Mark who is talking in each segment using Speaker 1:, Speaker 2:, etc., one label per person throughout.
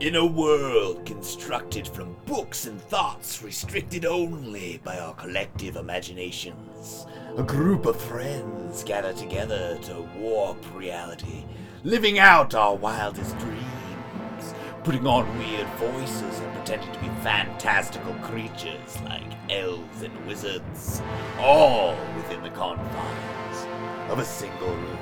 Speaker 1: In a world constructed from books and thoughts restricted only by our collective imaginations, a group of friends gather together to warp reality, living out our wildest dreams, putting on weird voices and pretending to be fantastical creatures like elves and wizards, all within the confines of a single room.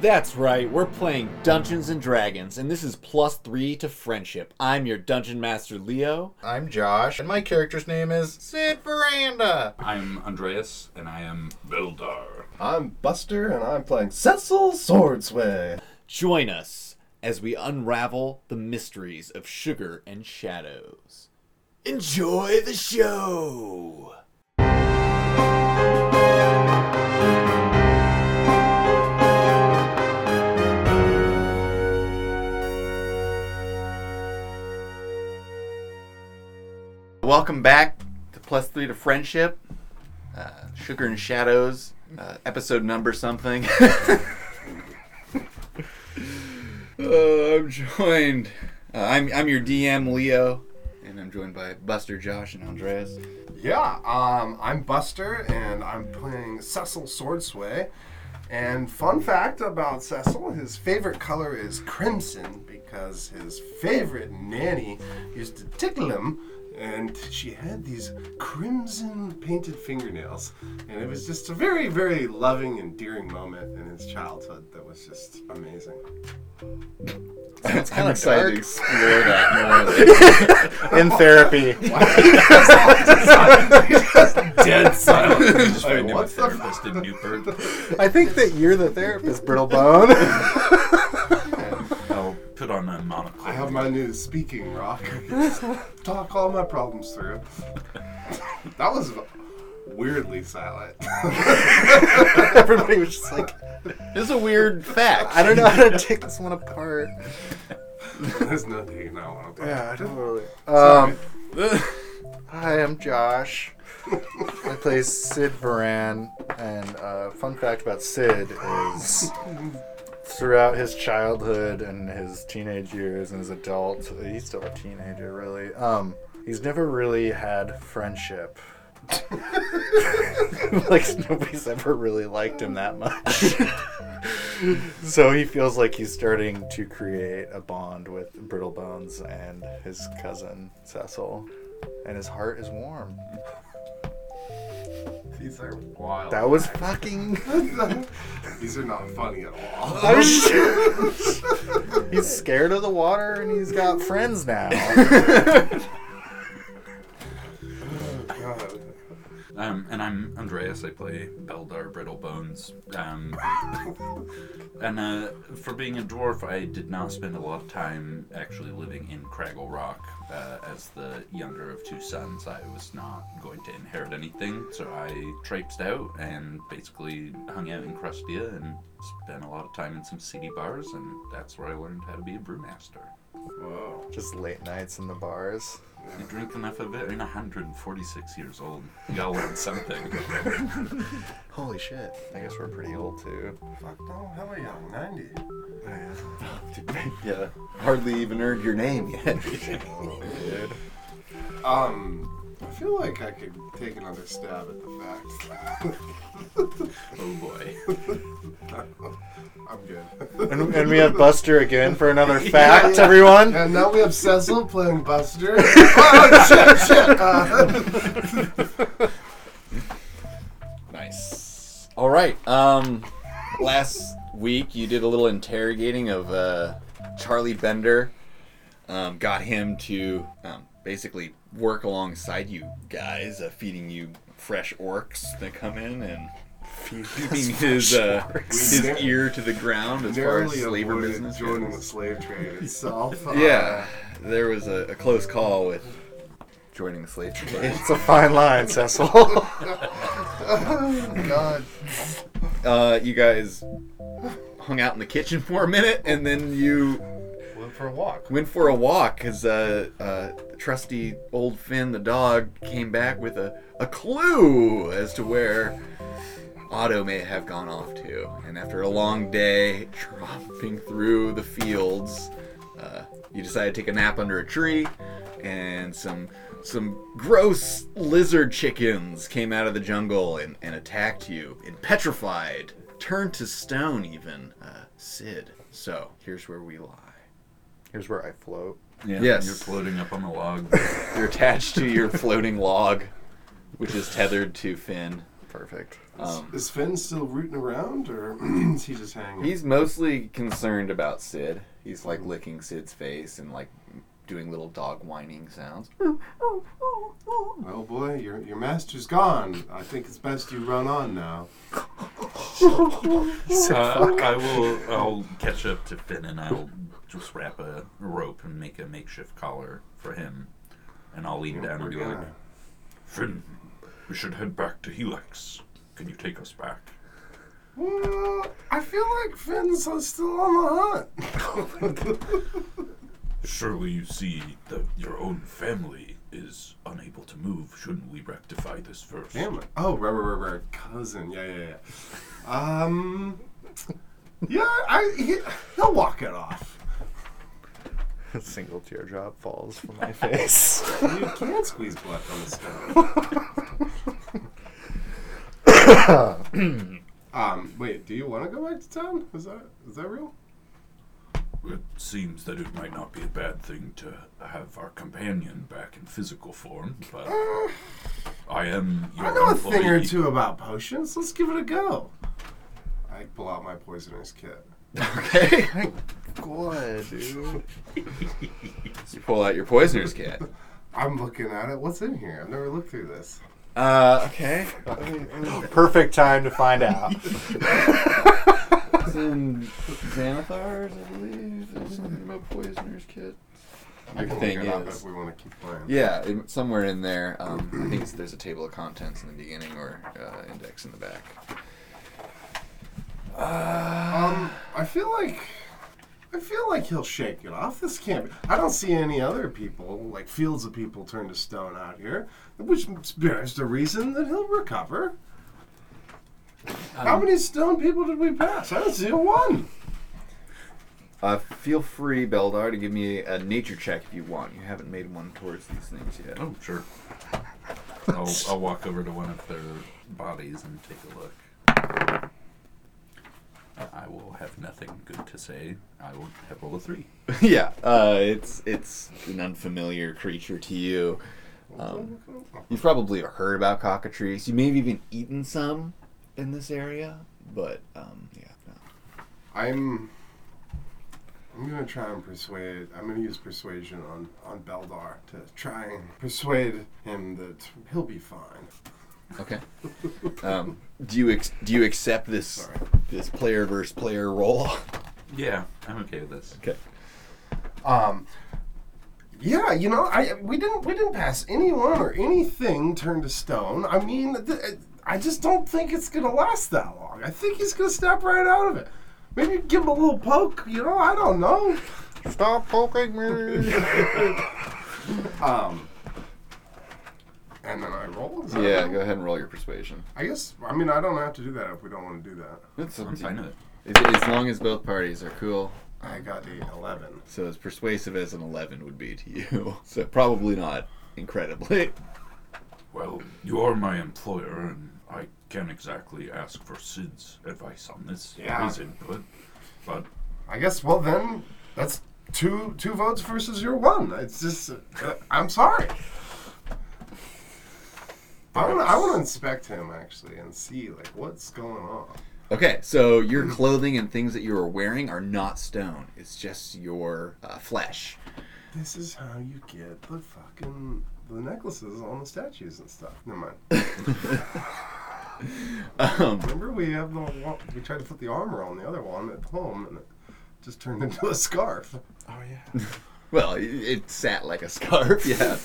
Speaker 2: That's right, we're playing Dungeons and Dragons, and this is plus three to friendship. I'm your Dungeon Master Leo.
Speaker 3: I'm Josh, and my character's name is Sid Veranda.
Speaker 4: I'm Andreas, and I am Bildar.
Speaker 5: I'm Buster, and I'm playing Cecil Swordsway.
Speaker 2: Join us as we unravel the mysteries of sugar and shadows.
Speaker 1: Enjoy the show!
Speaker 6: Welcome back to Plus Three to Friendship, uh, Sugar and Shadows, uh, episode number something. Uh, I'm joined. Uh, I'm I'm your DM Leo, and I'm joined by Buster, Josh, and Andreas.
Speaker 5: Yeah, um, I'm Buster, and I'm playing Cecil Swordsway. And fun fact about Cecil, his favorite color is crimson because his favorite nanny used to tickle him, and she had these crimson painted fingernails. And it was just a very, very loving, endearing moment in his childhood that was just amazing.
Speaker 6: It's kind of excited to explore that more in therapy.
Speaker 4: Dead silent. Just
Speaker 5: Wait,
Speaker 4: find him a
Speaker 5: what's the-
Speaker 4: therapist in Newburgh.
Speaker 6: I think that you're the therapist, Brittlebone.
Speaker 4: I'll put on my monocle.
Speaker 5: I have my new speaking rock. I can just talk all my problems through. That was weirdly silent.
Speaker 6: Everybody was just like, "This is a weird fact. I don't know how to take this one apart."
Speaker 5: There's nothing you know want to talk
Speaker 6: Yeah, I don't really. Um, hi, I'm Josh. I play Sid Varan, and uh, fun fact about Sid is throughout his childhood and his teenage years and his adult, he's still a teenager, really. Um, he's never really had friendship. like nobody's ever really liked him that much. So he feels like he's starting to create a bond with Brittle Bones and his cousin Cecil, and his heart is warm.
Speaker 5: These are wild.
Speaker 6: That was fucking.
Speaker 5: These are not funny at all.
Speaker 6: I was- he's scared of the water and he's got friends now.
Speaker 5: God.
Speaker 4: Um, and I'm Andreas. I play Beldar Brittlebones. Um, and uh, for being a dwarf, I did not spend a lot of time actually living in Craggle Rock. Uh, as the younger of two sons, I was not going to inherit anything, so I traipsed out and basically hung out in Crustia and spent a lot of time in some city bars, and that's where I learned how to be a brewmaster.
Speaker 5: Whoa.
Speaker 6: Just late nights in the bars.
Speaker 4: I drink enough of it. I'm 146 years old. You gotta learn something.
Speaker 6: Holy shit! I guess we're pretty old too.
Speaker 5: Fuck no, how are you? 90.
Speaker 6: yeah, hardly even earned your name yet.
Speaker 5: Um, I feel like I could take another stab at the
Speaker 4: oh boy.
Speaker 5: facts. I'm good.
Speaker 6: and, and we have Buster again for another fact, everyone.
Speaker 5: And now we have Cecil playing Buster. oh, shit, shit. Uh,
Speaker 2: Nice. All right. Um, last week you did a little interrogating of uh,
Speaker 6: Charlie Bender um, got him to um, basically work alongside you guys, uh, feeding you fresh orcs that come in and keeping his uh, his
Speaker 5: orcs.
Speaker 6: ear to the ground as far as
Speaker 5: narrowly
Speaker 6: slaver
Speaker 5: avoided
Speaker 6: business
Speaker 5: joining the
Speaker 6: goes.
Speaker 5: slave trade itself. Uh,
Speaker 6: Yeah, there was a, a close call with joining the slave trade.
Speaker 7: It's a fine line, Cecil.
Speaker 5: God.
Speaker 6: Uh, you guys hung out in the kitchen for a minute, and then you
Speaker 5: Went for a walk.
Speaker 6: went for a walk because uh, uh, trusty old Finn the dog came back with a, a clue as to where Otto may have gone off to. And after a long day tromping through the fields, uh,
Speaker 2: Uh, you decide to take a nap under a tree, and some some gross lizard chickens came out of the jungle and, and attacked you, and petrified, turned to stone even, uh, Sid. So here's where we lie.
Speaker 6: Here's where I float.
Speaker 4: Yeah,
Speaker 2: Yes.
Speaker 4: You're floating up on the log.
Speaker 2: You're attached to your floating log, which is tethered to Finn.
Speaker 6: Perfect.
Speaker 2: Um,
Speaker 5: Is Finn still rooting around, or is he just hanging?
Speaker 2: he's mostly concerned about Sid. He's like licking Sid's face and like doing little dog whining sounds.
Speaker 5: Well, Oh, boy, your your master's gone. I think it's best you run on now.
Speaker 4: Uh, I will. I'll catch up to Finn, and I'll just wrap a rope and make a makeshift collar for him, and I'll lean down and be like, "Finn, we should head back to Helix. Can you take us back?"
Speaker 5: Well, I feel like Finn's still on the hunt.
Speaker 4: Surely you see that your own family is unable to move. Shouldn't we rectify this first?
Speaker 5: Damn it. Oh, right, right, right, right. Cousin. Yeah, yeah, yeah. Um. Yeah, I he, he'll walk it off.
Speaker 6: A single teardrop falls from my face.
Speaker 5: You can't squeeze blood on the stone. um. Wait. Do you want to go back to town? Is that is that real?
Speaker 4: It seems that it might not be a bad thing to have our companion back in physical form, but I am your
Speaker 5: I know a
Speaker 4: employee.
Speaker 5: thing or two about potions. Let's give it a go. I pull out my poisonous kit.
Speaker 2: Okay.
Speaker 6: God, dude.
Speaker 2: you pull out your poisoner's kit.
Speaker 5: I'm looking at it. What's in here? I've never looked through this.
Speaker 2: Uh, okay.
Speaker 6: Perfect time to find out.
Speaker 2: Some Xanathars, I believe. There's something about poisoner's kit.
Speaker 5: I
Speaker 2: Your
Speaker 5: can
Speaker 2: thing
Speaker 5: look it up
Speaker 2: is-
Speaker 5: if we want to keep playing.
Speaker 2: Yeah, it- somewhere in there. Um, I think it's, there's a table of contents in the beginning or uh, index in the back.
Speaker 5: Um, I feel like I feel like he'll shake it off. This can't. Be, I don't see any other people, like fields of people, turned to stone out here, which bears the reason that he'll recover.
Speaker 2: Um,
Speaker 5: How many stone people did we pass? I don't see a one.
Speaker 2: Uh, feel free, Beldar, to give me a nature check if you want. You haven't made one towards these things yet.
Speaker 4: Oh, sure. I'll, I'll walk over to one of their bodies and take a look. I will have nothing good to say. I will have roll a three.
Speaker 2: yeah, uh, it's it's an unfamiliar creature to you. Um, you've probably heard about cockatrice. You may have even eaten some in this area, but um, yeah. No.
Speaker 5: I'm. I'm gonna try and persuade. I'm gonna use persuasion on on Beldar to try and persuade him that he'll be fine.
Speaker 2: Okay. Um, do you ex- do you accept this
Speaker 5: Sorry.
Speaker 2: this player versus player role?
Speaker 4: Yeah, I'm okay with this.
Speaker 2: Okay.
Speaker 5: Um, yeah, you know, I we didn't we didn't pass anyone or anything turned to stone. I mean, th- I just don't think it's gonna last that long. I think he's gonna step right out of it. Maybe give him a little poke. You know, I don't know.
Speaker 6: Stop poking me.
Speaker 5: Um, and then I roll. Is that
Speaker 2: Yeah,
Speaker 5: right?
Speaker 2: go ahead and roll your persuasion.
Speaker 5: I guess. I mean, I don't have to do that if we don't want to do that.
Speaker 2: That's
Speaker 4: I'm fine with it.
Speaker 2: As long as both parties are cool.
Speaker 5: I got the eleven.
Speaker 2: So as persuasive as an eleven would be to you. So probably not incredibly.
Speaker 4: Well, you are my employer, and I can't exactly ask for Sid's advice on this,
Speaker 5: Yeah.
Speaker 4: his input. But
Speaker 5: I guess. Well, then that's two two votes versus your one. It's just. Uh, I'm sorry. I want to I want to inspect him actually and see like what's going on.
Speaker 2: Okay, so your clothing and things that you are wearing are not stone. It's just your uh, flesh.
Speaker 5: This is how you get the fucking the necklaces on the statues and stuff. Never mind.
Speaker 2: Um,
Speaker 5: Remember we have the one- we tried to put the armor on the other one at home and it just turned into a scarf.
Speaker 2: well, it, it sat like a scarf. Yeah.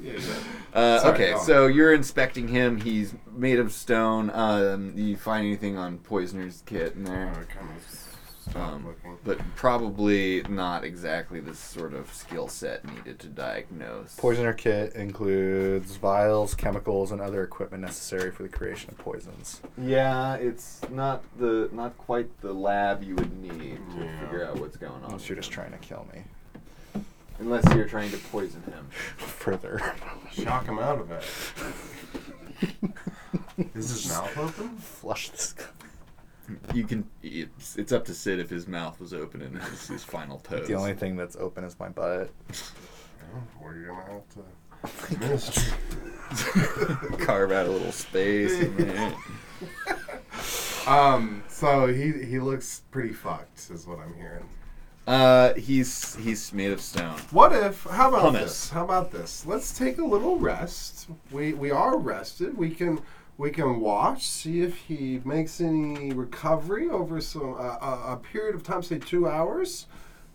Speaker 5: Yeah. yeah.
Speaker 2: Uh,
Speaker 5: Sorry,
Speaker 2: okay,
Speaker 5: go on.
Speaker 2: so you're inspecting him. He's made of stone. Um, you find anything on Poisoner's kit in
Speaker 5: I
Speaker 2: there?
Speaker 5: kind of stopped
Speaker 2: Um,
Speaker 5: looking.
Speaker 2: but probably not exactly the sort of skill set needed to diagnose.
Speaker 6: Poisoner kit includes vials, chemicals, and other equipment necessary for the creation of poisons.
Speaker 2: Yeah, it's not the not quite the lab you would need to
Speaker 5: Yeah.
Speaker 2: figure out what's going on.
Speaker 6: Unless you're just trying to kill me.
Speaker 2: Unless you're trying to poison him.
Speaker 6: Further.
Speaker 5: Shock him out of it. Is his mouth open?
Speaker 6: Flush this. guy.
Speaker 2: You can. It's, it's up to Sid if his mouth was open and his, his final toes.
Speaker 6: The only thing that's open is my butt.
Speaker 5: We're gonna have to administer.
Speaker 2: Carve out a little space. And then,
Speaker 5: Um, so he he looks pretty fucked, is what I'm hearing.
Speaker 2: uh, he's he's made of stone.
Speaker 5: What if? How about
Speaker 2: Hummus.
Speaker 5: this? How about this? Let's take a little rest. We we are rested. We can we can watch, see if he makes any recovery over some uh, a, a period of time, say two hours,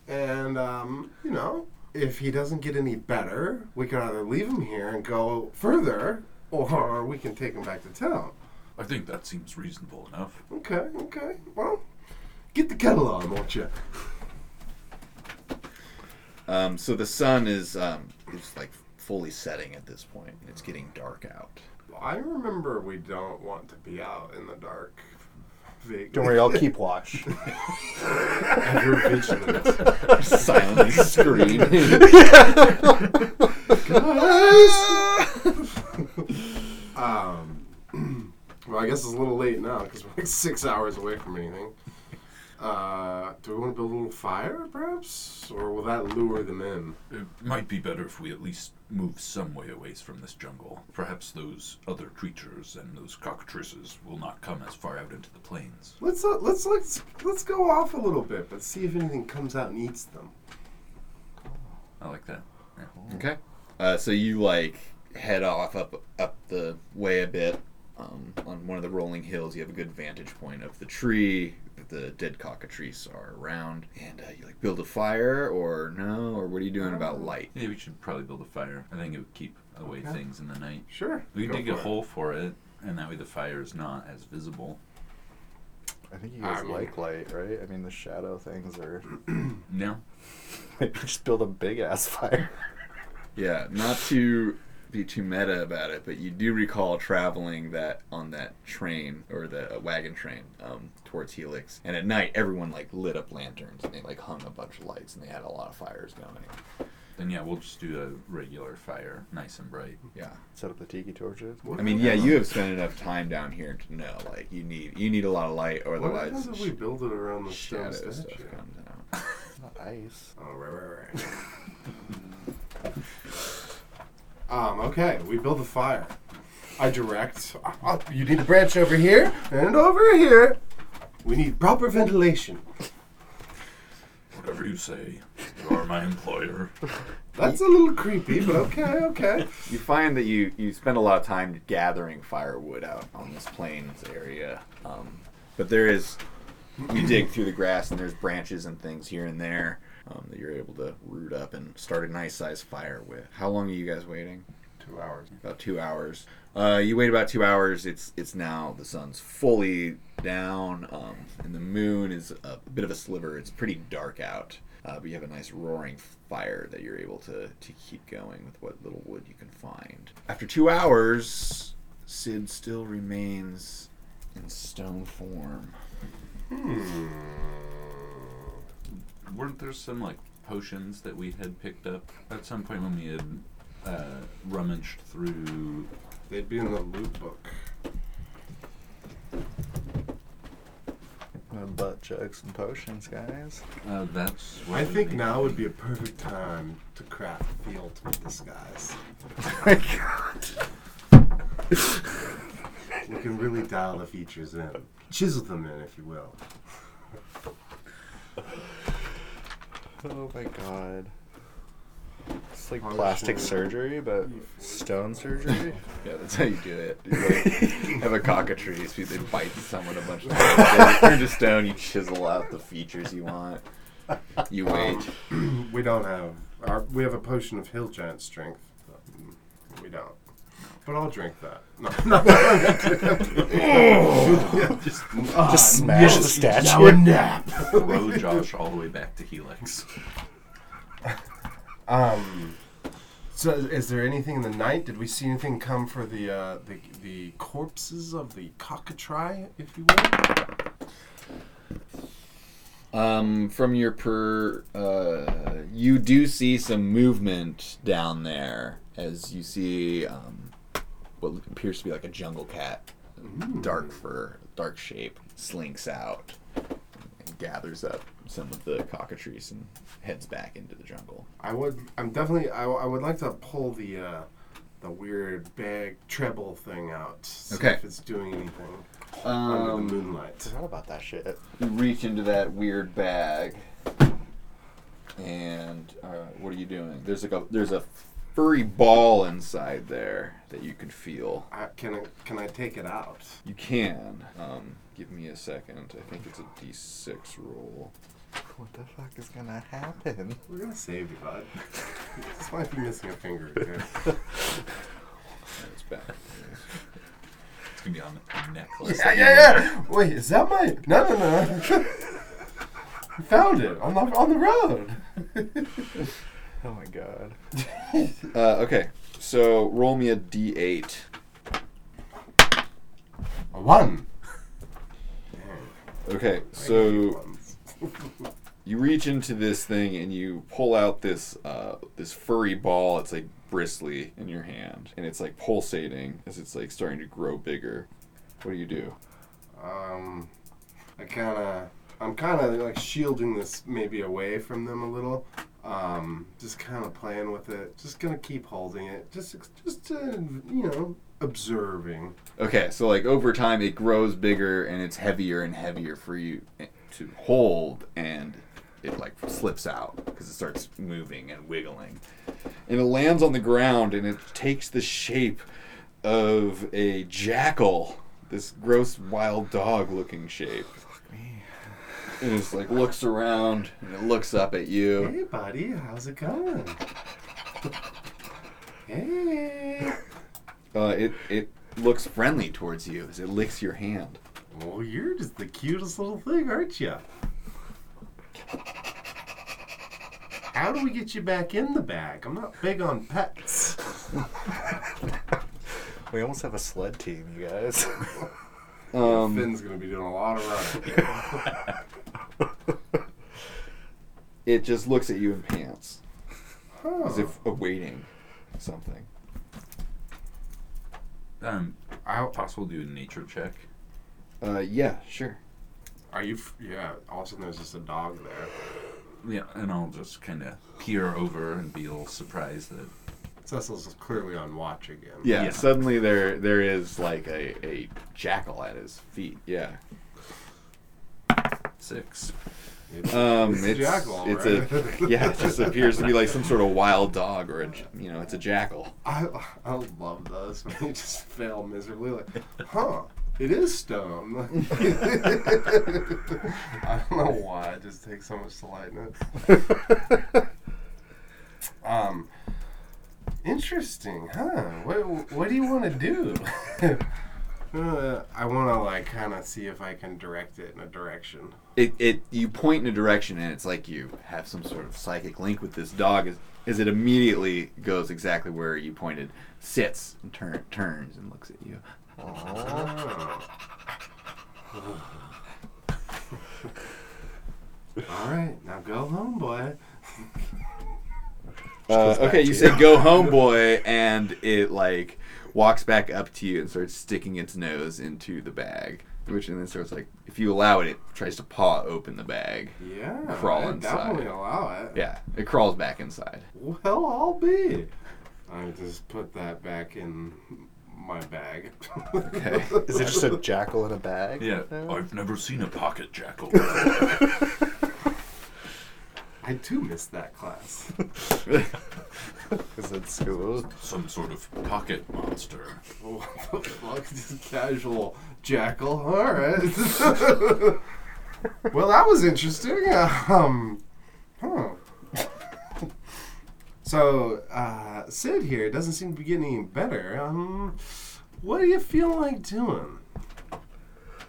Speaker 5: and um, you know if he doesn't get any better, we can either leave him here and go further, or we can take him back to town.
Speaker 4: I think that seems reasonable enough.
Speaker 5: Okay, okay. Well, get the kettle on, won't you?
Speaker 2: Um, so the sun is um, is like fully setting at this point. and It's getting dark out.
Speaker 5: I remember we don't want to be out in the dark. Big-
Speaker 6: Don't worry, I'll keep watch.
Speaker 5: You're vigilant.
Speaker 2: Silently scream.
Speaker 5: um, well, I guess it's a little late now because we're like six hours away from anything. Uh, do we want to build a little fire, perhaps, or will that lure them in?
Speaker 4: It might be better if we at least move some way away from this jungle. Perhaps those other creatures and those cockatrices will not come as far out into the plains.
Speaker 5: Let's uh, let's let's let's go off a little bit, but see if anything comes out and eats them.
Speaker 4: I like that. Yeah.
Speaker 2: Okay. Uh, so you like head off up up the way a bit um, on one of the rolling hills. You have a good vantage point of the tree. that The dead cockatrice are around, and uh, you like build a fire or no, or what are you doing about light?
Speaker 4: Yeah, we should probably build a fire. I think it would keep away things in the night.
Speaker 5: Sure.
Speaker 4: We
Speaker 5: go
Speaker 4: dig a
Speaker 5: for it.
Speaker 4: hole for it, and that way the fire is not as visible.
Speaker 6: I think you guys
Speaker 5: I mean-
Speaker 6: like light, right? I mean, the shadow things are.
Speaker 4: No?
Speaker 6: Maybe just build a big ass fire.
Speaker 2: Yeah, not to be too meta about it, but you do recall traveling that on that train or the uh, wagon train um, towards Helix, and at night everyone like lit up lanterns and they like hung a bunch of lights and they had a lot of fires going.
Speaker 4: Then yeah, we'll just do a regular fire, nice and bright.
Speaker 2: Yeah,
Speaker 6: Set up the tiki torches.
Speaker 2: I mean, yeah, you have spent enough time down here to know like you need you need a lot of light or
Speaker 5: What happens
Speaker 2: otherwise
Speaker 5: if we build it around the
Speaker 2: shadow
Speaker 5: stone
Speaker 2: stuff
Speaker 5: statue?
Speaker 2: comes out.
Speaker 6: It's not ice.
Speaker 5: Oh, right, right, right. um, okay, we build a fire. I direct. uh, uh, you need a branch over here and over here. We need proper ventilation.
Speaker 4: Whatever you say, you are my employer.
Speaker 5: That's a little creepy, but okay, okay.
Speaker 2: You find that you you spend a lot of time gathering firewood out on this plains area, um, but there is you dig through the grass and there's branches and things here and there um, that you're able to root up and start a nice sized fire with. How long are you guys waiting?
Speaker 5: Two hours.
Speaker 2: About two hours. Uh, you wait about two hours. It's it's now the sun's fully down um, and the moon is a bit of a sliver. It's pretty dark out, uh, but you have a nice roaring fire that you're able to to keep going with what little wood you can find. After two hours, Sid still remains in stone form.
Speaker 5: Hmm,
Speaker 4: Weren't there some like potions that we had picked up at some point when we had uh, rummaged through?
Speaker 5: They'd be in the loot book.
Speaker 6: No butt jokes and potions, guys.
Speaker 4: Uh, that's. What
Speaker 5: I
Speaker 4: we
Speaker 5: think
Speaker 4: made.
Speaker 5: now would be a perfect time to craft the ultimate disguise.
Speaker 6: Oh my god.
Speaker 5: We can really dial the features in, chisel them in, if you will.
Speaker 6: Oh my god. It's like
Speaker 5: Probably
Speaker 6: plastic
Speaker 5: should-
Speaker 6: surgery, but stone surgery.
Speaker 2: Yeah, that's how you do it. You like, have a cockatrice, you then bite someone a bunch of times. Turn to stone, you chisel out the features you want. You wait.
Speaker 5: We don't have our. We have a potion of hill giant strength. We don't. But I'll drink that. No, no. Yeah, just ah,
Speaker 6: Just smash the
Speaker 5: now a
Speaker 6: statue.
Speaker 5: nap.
Speaker 4: throw Josh all the way back to Helix.
Speaker 5: Um. So, is- is there anything in the night? Did we see anything come for the uh, the the corpses of the cockatry, if you will?
Speaker 2: Um, from your per, uh, you do see some movement down there as you see um, what appears to be like a jungle cat, dark fur, dark shape, slinks out and gathers up some of the cockatrice and heads back into the jungle.
Speaker 5: I would. I'm definitely. I, I would like to pull the uh, the weird bag treble thing out. See
Speaker 2: Okay.
Speaker 5: If it's doing anything under the
Speaker 2: Um,
Speaker 5: moonlight.
Speaker 6: Forgot about that shit.
Speaker 2: you Um, reach into that weird bag, and uh, what are you doing? There's like a there's a furry ball inside there that you could feel.
Speaker 5: I, can I, can I take it out?
Speaker 2: You can. Um, give me a second. I think it's a D6 roll.
Speaker 6: What the fuck is gonna happen?
Speaker 5: We're gonna save you, bud. this might be missing a finger. Okay?
Speaker 2: It's back.
Speaker 4: It's gonna be on the necklace.
Speaker 5: yeah. Wait, is that my? No, no, no. I found it on the on the road.
Speaker 6: Oh my god.
Speaker 2: Uh, okay, so roll me a D8.
Speaker 5: A one.
Speaker 2: Okay, so you reach into this thing and you pull out this uh, this furry ball. It's like bristly in your hand, and it's like pulsating as it's like starting to grow bigger. What do you do?
Speaker 5: Um, I kind of, I'm kind of like shielding this maybe away from them a little. Um, just kind of playing with it. Just gonna keep holding it. Just, ex- just uh, you know, observing.
Speaker 2: Okay, so like over time, it grows bigger and it's heavier and heavier for you to hold, and it like slips out because it starts moving and wiggling, and it lands on the ground and it takes the shape of a jackal, this gross wild dog looking shape. And it's like looks around and it looks up at you.
Speaker 5: Hey, buddy, how's it going? hey.
Speaker 2: Uh, it it looks friendly towards you as it licks your hand.
Speaker 5: Well, you're just the cutest little thing, aren't you? How do we get you back in the bag? I'm not big on pets.
Speaker 6: We almost have a sled team, you guys.
Speaker 2: Um,
Speaker 5: Finn's gonna be doing a lot of running.
Speaker 2: it just looks at you in pants as
Speaker 5: Huh.
Speaker 2: if awaiting something.
Speaker 4: Um,
Speaker 5: I,
Speaker 4: possible to do a nature check.
Speaker 2: Uh, yeah, sure.
Speaker 5: Are you? F- yeah. All of a sudden, there's just a dog there.
Speaker 4: Yeah, and I'll just kind of peer over and be a little surprised that
Speaker 5: Cecil's is clearly on watch again.
Speaker 2: Yeah,
Speaker 4: Yeah.
Speaker 2: Suddenly there there is like a, a jackal at his feet. Yeah.
Speaker 4: six.
Speaker 5: It's,
Speaker 2: Um,
Speaker 5: it's,
Speaker 2: it's
Speaker 5: a jackal.
Speaker 2: It's
Speaker 5: right?
Speaker 2: a yeah. It just appears to be like some sort of wild dog or a j- you know it's a jackal.
Speaker 5: I, I love those when they just fail miserably. Like, huh? It is stone. I don't know why it just takes so much delight in it. Um, interesting, huh? What What do you want to do? Uh, I want to like kind of see if I can direct it in a direction.
Speaker 2: It, it you point in a direction and it's like you have some sort of psychic link with this dog. Is is it immediately goes exactly where you pointed, sits and turn, turns and looks at you. Oh.
Speaker 5: All right, now go home, boy.
Speaker 2: Uh, okay, you say go home, boy, and it like walks back up to you and starts sticking its nose into the bag, which and then starts like if you allow it, it tries to paw open the bag.
Speaker 5: Yeah,
Speaker 2: Crawl
Speaker 5: I'd
Speaker 2: inside.
Speaker 5: Definitely allow it.
Speaker 2: Yeah, it crawls back inside.
Speaker 5: Well, I'll be. I just put that back in my bag.
Speaker 2: Okay.
Speaker 6: Is it just a jackal in a bag?
Speaker 4: Yeah,
Speaker 6: now?
Speaker 4: I've never seen a pocket jackal.
Speaker 5: I do miss that class.
Speaker 6: Is it school?
Speaker 4: Some sort of pocket monster.
Speaker 5: what the fuck? Just casual jackal. All right. well, that was interesting. Um, huh. so, uh, Sid here doesn't seem to be getting any better. Um, what do you feel like doing?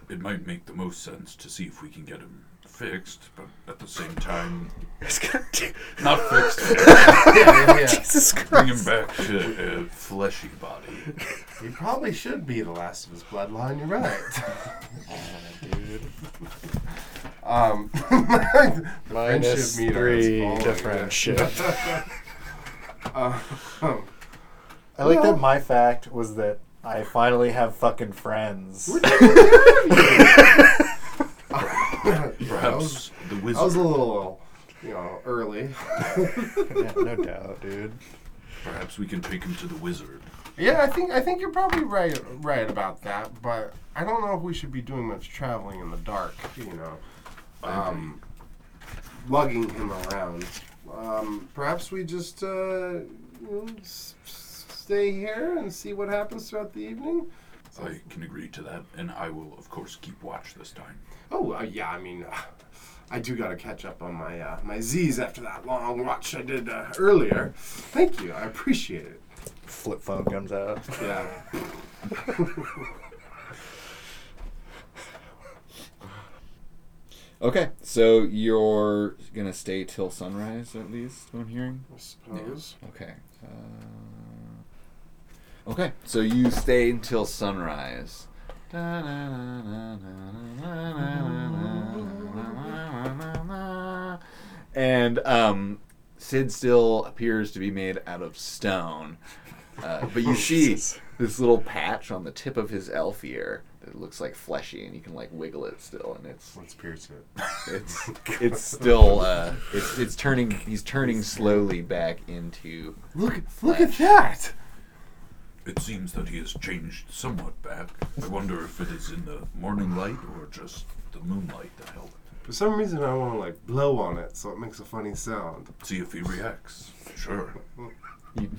Speaker 4: It might make the most sense to see if we can get him fixed, but at the same time,
Speaker 7: It's gonna do-
Speaker 4: not fixed.
Speaker 7: Jesus
Speaker 4: bring
Speaker 7: Christ.
Speaker 4: him back to a fleshy body.
Speaker 5: He probably should be the last of his bloodline. You're right. Um, the
Speaker 6: Minus
Speaker 5: friendship Oh, meter
Speaker 6: three
Speaker 5: is falling.
Speaker 6: to friendship.
Speaker 5: Um,
Speaker 6: I like that my fact was that I finally have fucking friends.
Speaker 4: Perhaps the wizard.
Speaker 5: I was a little, you know, early.
Speaker 6: yeah, no doubt, dude.
Speaker 4: Perhaps we can take him to the wizard.
Speaker 5: Yeah, I think I think you're probably right right about that, but I don't know if we should be doing much traveling in the dark. You know, um, lugging him around. Um, perhaps we just uh, you know, s- s- stay here and see what happens throughout the evening.
Speaker 4: I can agree to that, and I will, of course, keep watch this time.
Speaker 5: Oh uh, yeah, I mean, uh, I do got to catch up on my uh, my Z's after that long watch I did uh, earlier. Thank you, I appreciate it.
Speaker 6: Flip phone comes out.
Speaker 5: Yeah.
Speaker 2: Okay, so you're gonna stay till sunrise at least. What I'm hearing.
Speaker 5: I suppose.
Speaker 2: Okay. Uh, okay, so you stay until sunrise. And um, Sid still appears to be made out of stone. Uh, but you see this little patch on the tip of his elf ear that looks like fleshy, and you can like wiggle it still, and it's
Speaker 5: Let's pierce it.
Speaker 2: it's it's still uh, it's it's turning. He's turning slowly back into
Speaker 5: Look, look at that!
Speaker 4: It seems that he has changed somewhat back. I wonder if it is in the morning light or just the moonlight that helped.
Speaker 5: For some reason, I want to like blow on it so it makes a funny sound.
Speaker 4: See if he reacts. Sure.
Speaker 2: You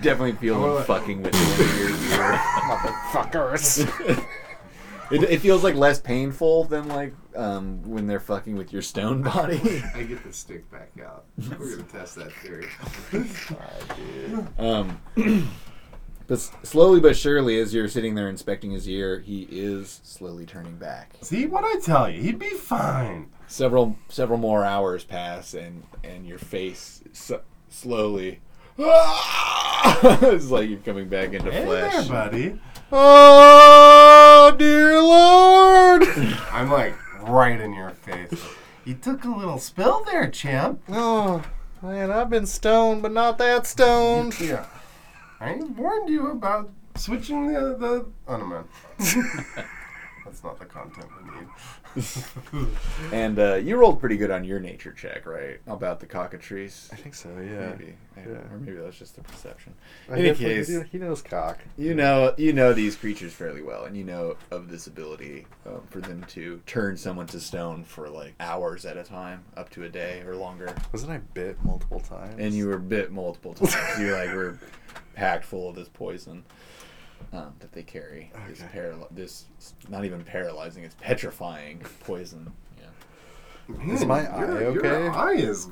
Speaker 2: definitely feel
Speaker 5: Oh,
Speaker 2: him
Speaker 5: right.
Speaker 2: fucking with you in your ear. Motherfuckers. it, it feels like less painful than like um, when they're fucking with your stone body.
Speaker 5: I get the stick back out. We're gonna test that theory.
Speaker 2: Um, but s- slowly but surely, as you're sitting there inspecting his ear, he is slowly turning back.
Speaker 5: See what I tell you? He'd be fine.
Speaker 2: Several several more hours pass, and and your face s slowly. it's like you're coming back into
Speaker 5: Hey there,
Speaker 2: flesh.
Speaker 5: buddy.
Speaker 2: oh dear lord!
Speaker 5: I'm like right in your face. You took a little spill there, champ.
Speaker 6: Oh, man, I've been stoned, but not that stoned.
Speaker 5: Yeah. I warned you about switching the the. Oh no, man. That's not the content we need.
Speaker 2: And uh, you rolled pretty good on your nature check, right? About the cockatrice.
Speaker 6: I think so, yeah.
Speaker 2: Maybe. I-
Speaker 6: Yeah.
Speaker 2: Or maybe that's just the perception.
Speaker 6: I
Speaker 2: In any
Speaker 6: definitely
Speaker 2: case,
Speaker 6: do- he knows cock.
Speaker 2: you know you know these creatures fairly well, and you know of this ability um, for them to turn someone to stone for like hours at a time, up to a day or longer.
Speaker 6: Wasn't I bit multiple times?
Speaker 2: And you were bit multiple times. you like were packed full of this poison um, that they carry. This
Speaker 6: Okay.
Speaker 2: paral- this it's not even paralyzing. It's petrifying poison. Yeah.
Speaker 6: Is my eye
Speaker 5: Hmm, your,
Speaker 6: okay?
Speaker 5: Your eye is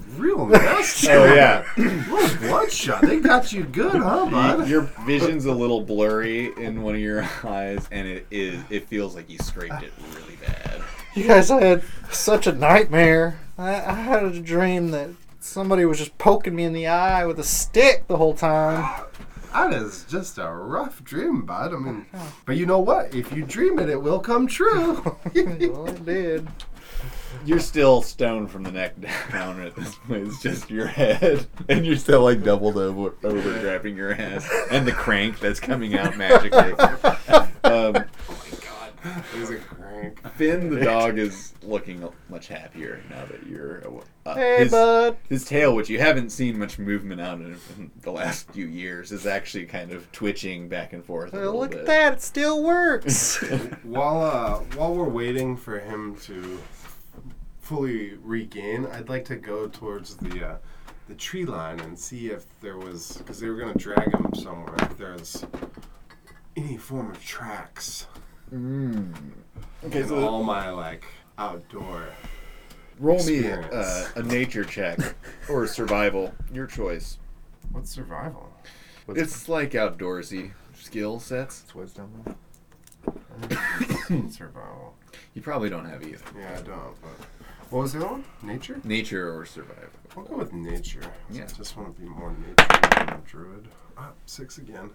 Speaker 5: real nasty.
Speaker 2: Oh yeah.
Speaker 5: Little bloodshot. They got you good, huh,
Speaker 2: You-
Speaker 5: bud?
Speaker 2: your vision's a little blurry in one of your eyes, and it is. It feels like you scraped it really bad.
Speaker 6: You guys, I had such a nightmare. I, I had a dream that somebody was just poking me in the eye with a stick the whole time.
Speaker 5: That is just a rough dream, bud. I mean, but you know what? If you dream it, it will come true.
Speaker 6: well, it did.
Speaker 2: You're still stoned from the neck down at this point. It's just your head, and you're still like doubled over, over grabbing your ass, and the crank that's coming out magically. Um,
Speaker 5: He's a crank.
Speaker 2: Finn the dog is looking much happier now that you're. awa- Uh,
Speaker 6: Hey,
Speaker 2: his,
Speaker 6: bud.
Speaker 2: His tail, which you haven't seen much movement on in, in the last few years, is actually kind of twitching back and forth. A
Speaker 6: Well,
Speaker 2: little
Speaker 6: look
Speaker 2: bit.
Speaker 6: at that. It still works.
Speaker 5: While uh, while we're waiting for him to fully regain, I'd like to go towards the uh, the tree line and see if there was because they were gonna drag him somewhere. If there's any form of tracks
Speaker 2: Okay,
Speaker 5: in all my like outdoor.
Speaker 2: roll me
Speaker 5: experience.
Speaker 2: uh, a nature check or survival, your choice.
Speaker 5: What's survival?
Speaker 2: It's like outdoorsy skill sets.
Speaker 5: wisdom. survival.
Speaker 2: You probably don't have either.
Speaker 5: Yeah, I don't. But what was the other one? Nature.
Speaker 2: Nature or survival.
Speaker 5: I'll go with nature.
Speaker 2: Yeah.
Speaker 5: I just want to be more nature than a druid. Ah, six again.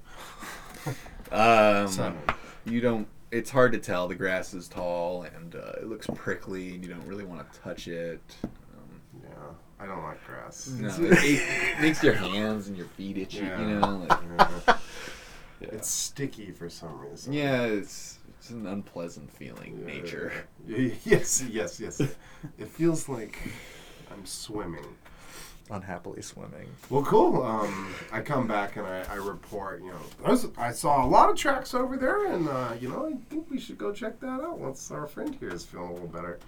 Speaker 2: Um,
Speaker 5: Seven.
Speaker 2: you don't it's hard to tell. The grass is tall and uh, it looks prickly, and you don't really want to touch it. Um,
Speaker 5: Yeah, I don't like grass.
Speaker 2: no, it, it makes your hands and your feet itchy. You
Speaker 5: Yeah.
Speaker 2: know, like,
Speaker 5: Yeah.
Speaker 2: Yeah.
Speaker 5: It's sticky for some reason.
Speaker 2: yeah, it's it's an unpleasant feeling. Nature.
Speaker 5: Yeah, Yes, yes, yes. It feels like I'm swimming.
Speaker 6: Unhappily swimming.
Speaker 5: Well, cool. Um, I come back and I, I report, you know, "There's- I saw a lot of tracks over there, and, uh, you know, I think we should go check that out once our friend here is feeling a little better.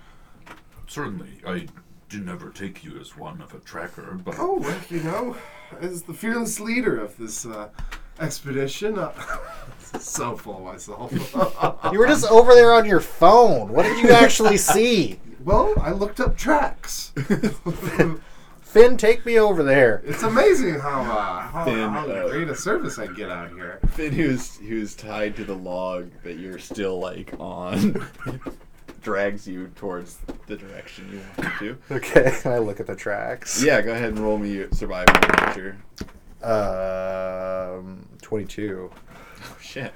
Speaker 4: Certainly, I did never take you as one of a tracker, but
Speaker 5: Oh, well, you know, as the fearless leader of this uh, expedition, uh, so full of myself.
Speaker 6: You were just over there on your phone. What did you actually see?
Speaker 5: well, I looked up tracks.
Speaker 6: Finn, take me over there.
Speaker 5: It's amazing how uh, how,
Speaker 2: Thin,
Speaker 5: how
Speaker 2: uh,
Speaker 5: great a service I get out here.
Speaker 2: Finn, who's who's tied to the log that you're still like on, drags you towards the direction you want to.
Speaker 6: Okay, I look at the tracks.
Speaker 2: Yeah, go ahead and roll me your survival nature.
Speaker 6: Um, 22.
Speaker 2: Oh shit.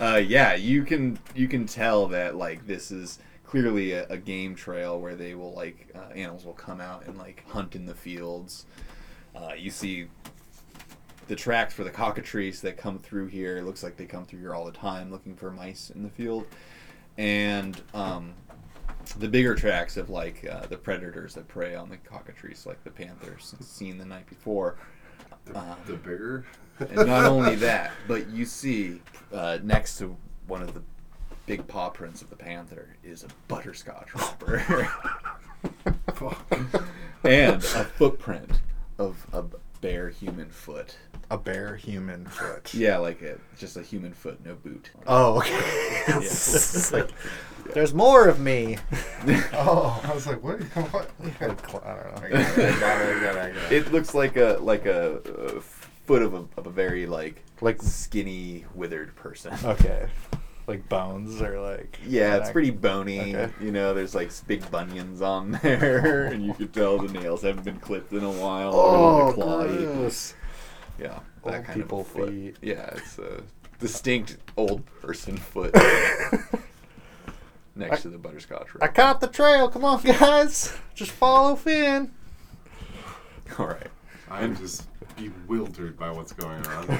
Speaker 2: Uh, yeah, you can you can tell that like this is clearly a, a game trail where they will like uh, animals will come out and like hunt in the fields. Uh, you see the tracks for the cockatrice that come through here. It looks like they come through here all the time looking for mice in the field, and um, the bigger tracks of like uh, the predators that prey on the cockatrice, like the panthers seen the night before. Um,
Speaker 5: The bigger.
Speaker 2: and not only that, but you see uh, next to one of the big paw prints of the panther is a butterscotch wrapper and a footprint of a bare human foot.
Speaker 6: A bare human foot.
Speaker 2: Yeah, like a, just a human foot, no boot.
Speaker 6: Oh, okay. It's like, There's more of me.
Speaker 5: Oh, I was like, what? what?
Speaker 6: I don't
Speaker 5: I
Speaker 6: know.
Speaker 5: got it, I got it, I got it, I got it.
Speaker 2: It looks like a like a, a foot of a, of a very like
Speaker 6: Like- Oh,
Speaker 2: skinny, withered person.
Speaker 6: Okay. Like bones or like.
Speaker 2: Yeah, it's pretty bony.
Speaker 6: Okay.
Speaker 2: You know, there's like big bunions on there, and you could tell the nails haven't been clipped in a while.
Speaker 6: Oh,
Speaker 2: or the claw you-
Speaker 6: gross.
Speaker 2: Yeah,
Speaker 6: Old people
Speaker 2: foot.
Speaker 6: feet.
Speaker 2: Yeah, it's a distinct old person foot next to the butterscotch.
Speaker 6: I
Speaker 2: Roll.
Speaker 6: caught the trail. Come on, guys. Just follow Finn.
Speaker 2: All right.
Speaker 5: I'm just bewildered by what's going on.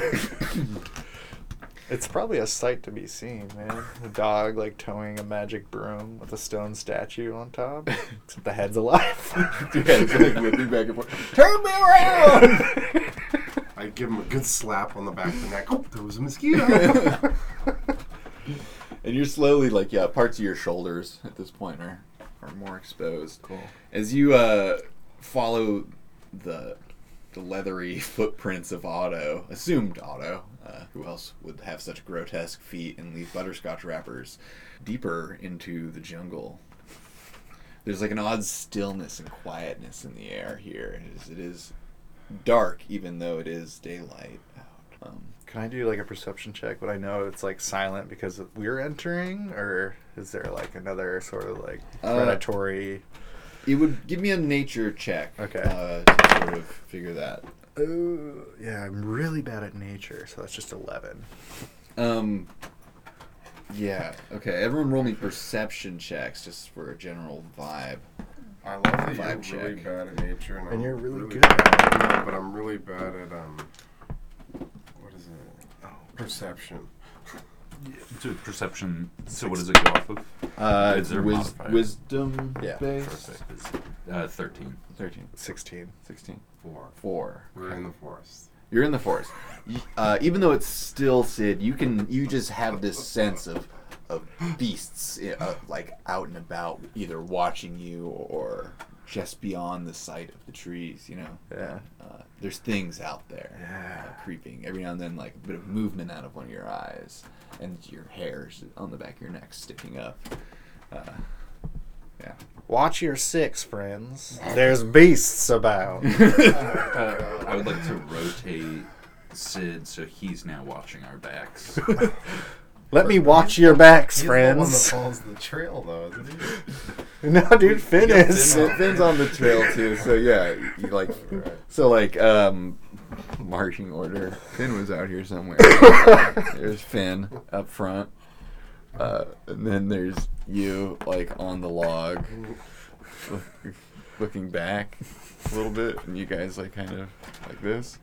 Speaker 6: It's probably a sight to be seen, man. A dog like towing a magic broom with a stone statue on top, except the head's alive.
Speaker 2: Yeah, it's like whipping back and forth. Turn me around.
Speaker 5: I give him a good slap on the back of the neck. Oh, there was a mosquito.
Speaker 2: and you're slowly like yeah, parts of your shoulders at this point are are more exposed. Cool. As you uh, follow the the leathery footprints of Otto, assumed Otto, uh, who else would have such grotesque feet and leave butterscotch wrappers, deeper into the jungle. There's like an odd stillness and quietness in the air here. It is, it is dark, even though it is daylight out. Um,
Speaker 6: Can I do like a perception check? Would I know if it's like silent because we're entering, or is there like another sort of like
Speaker 2: Uh,
Speaker 6: predatory?
Speaker 2: It would give me a nature check.
Speaker 6: Okay.
Speaker 2: Uh, to sort of figure that.
Speaker 6: Oh, yeah, I'm really bad at nature, so that's just eleven.
Speaker 2: Um. Yeah. Okay. Everyone, roll me perception checks just for a general vibe.
Speaker 5: I love that you're
Speaker 2: Vibe
Speaker 5: really
Speaker 2: check.
Speaker 5: bad at nature, and,
Speaker 6: And
Speaker 5: I'm
Speaker 6: you're really good
Speaker 5: Bad, no, but I'm really bad at um, what is it? Oh, perception.
Speaker 4: to perception. So what does it go off of?
Speaker 2: Uh,
Speaker 4: Is there a
Speaker 2: wis-
Speaker 4: modifier?
Speaker 2: wisdom
Speaker 6: Yeah,
Speaker 2: base.
Speaker 4: Perfect. It's, Uh, Thirteen.
Speaker 2: 13,
Speaker 6: Sixteen.
Speaker 2: 16,
Speaker 5: Four.
Speaker 2: 4.
Speaker 5: We're in the forest.
Speaker 2: You're in the forest. Y- Uh, even though it's still Sid, you can you just have this sense of of beasts i- uh, like out and about, either watching you or just beyond the sight of the trees. You know,
Speaker 6: Yeah.
Speaker 2: uh, there's things out there
Speaker 6: Yeah.
Speaker 2: uh, creeping every now and then, like a bit of movement out of one of your eyes, and your hairs on the back of your neck sticking up. Uh, yeah.
Speaker 6: Watch your six, friends. There's beasts about.
Speaker 4: Uh, I would like to rotate Sid so he's now watching our backs.
Speaker 6: Let me watch your backs,
Speaker 5: He's
Speaker 6: friends.
Speaker 5: the one that follows the trail, though, isn't he?
Speaker 6: No, dude, Finn is.
Speaker 2: Finn- Finn's on the trail too, so yeah, you like, so like, um, marching order. Finn was out here somewhere. There's Finn up front. Uh, and then there's you, like, on the log, look- looking back a little bit, and you guys, like, kind of like this.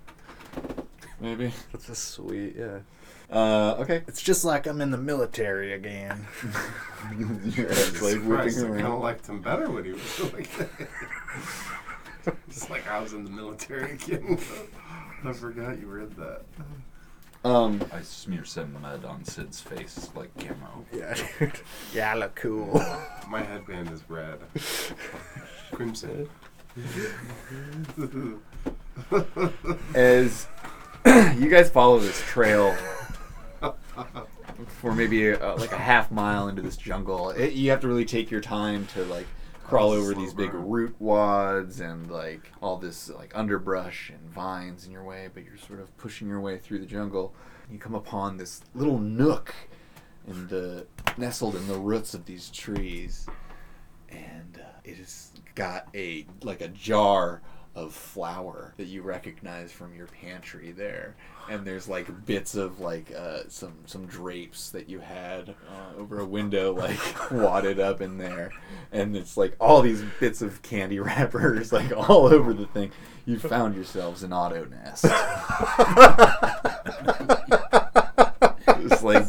Speaker 2: Maybe.
Speaker 6: That's a sweet, yeah.
Speaker 2: Uh, okay.
Speaker 6: It's just like I'm in the military again.
Speaker 2: Your head's, like,
Speaker 5: Christ,
Speaker 2: whipping
Speaker 5: I kind of
Speaker 2: around.
Speaker 5: liked him better when he was like that. Just like I was in the military again. I forgot you read that.
Speaker 2: Um,
Speaker 4: I smear some mud on Sid's face like camo.
Speaker 6: Yeah, dude. Yeah, I look cool.
Speaker 5: My headband is red. Crimson.
Speaker 2: as you guys follow this trail for maybe uh like a half mile into this jungle, it, you have to really take your time to like crawl over these big
Speaker 5: burn.
Speaker 2: root wads and like all this like underbrush and vines in your way, but you're sort of pushing your way through the jungle. You come upon this little nook in the nestled in the roots of these trees and uh, it has got a like a jar of flour that you recognize from your pantry there and there's like bits of like uh, some some drapes that you had uh, over a window like wadded up in there and it's like all these bits of candy wrappers like all over the thing you found yourselves an auto nest It's like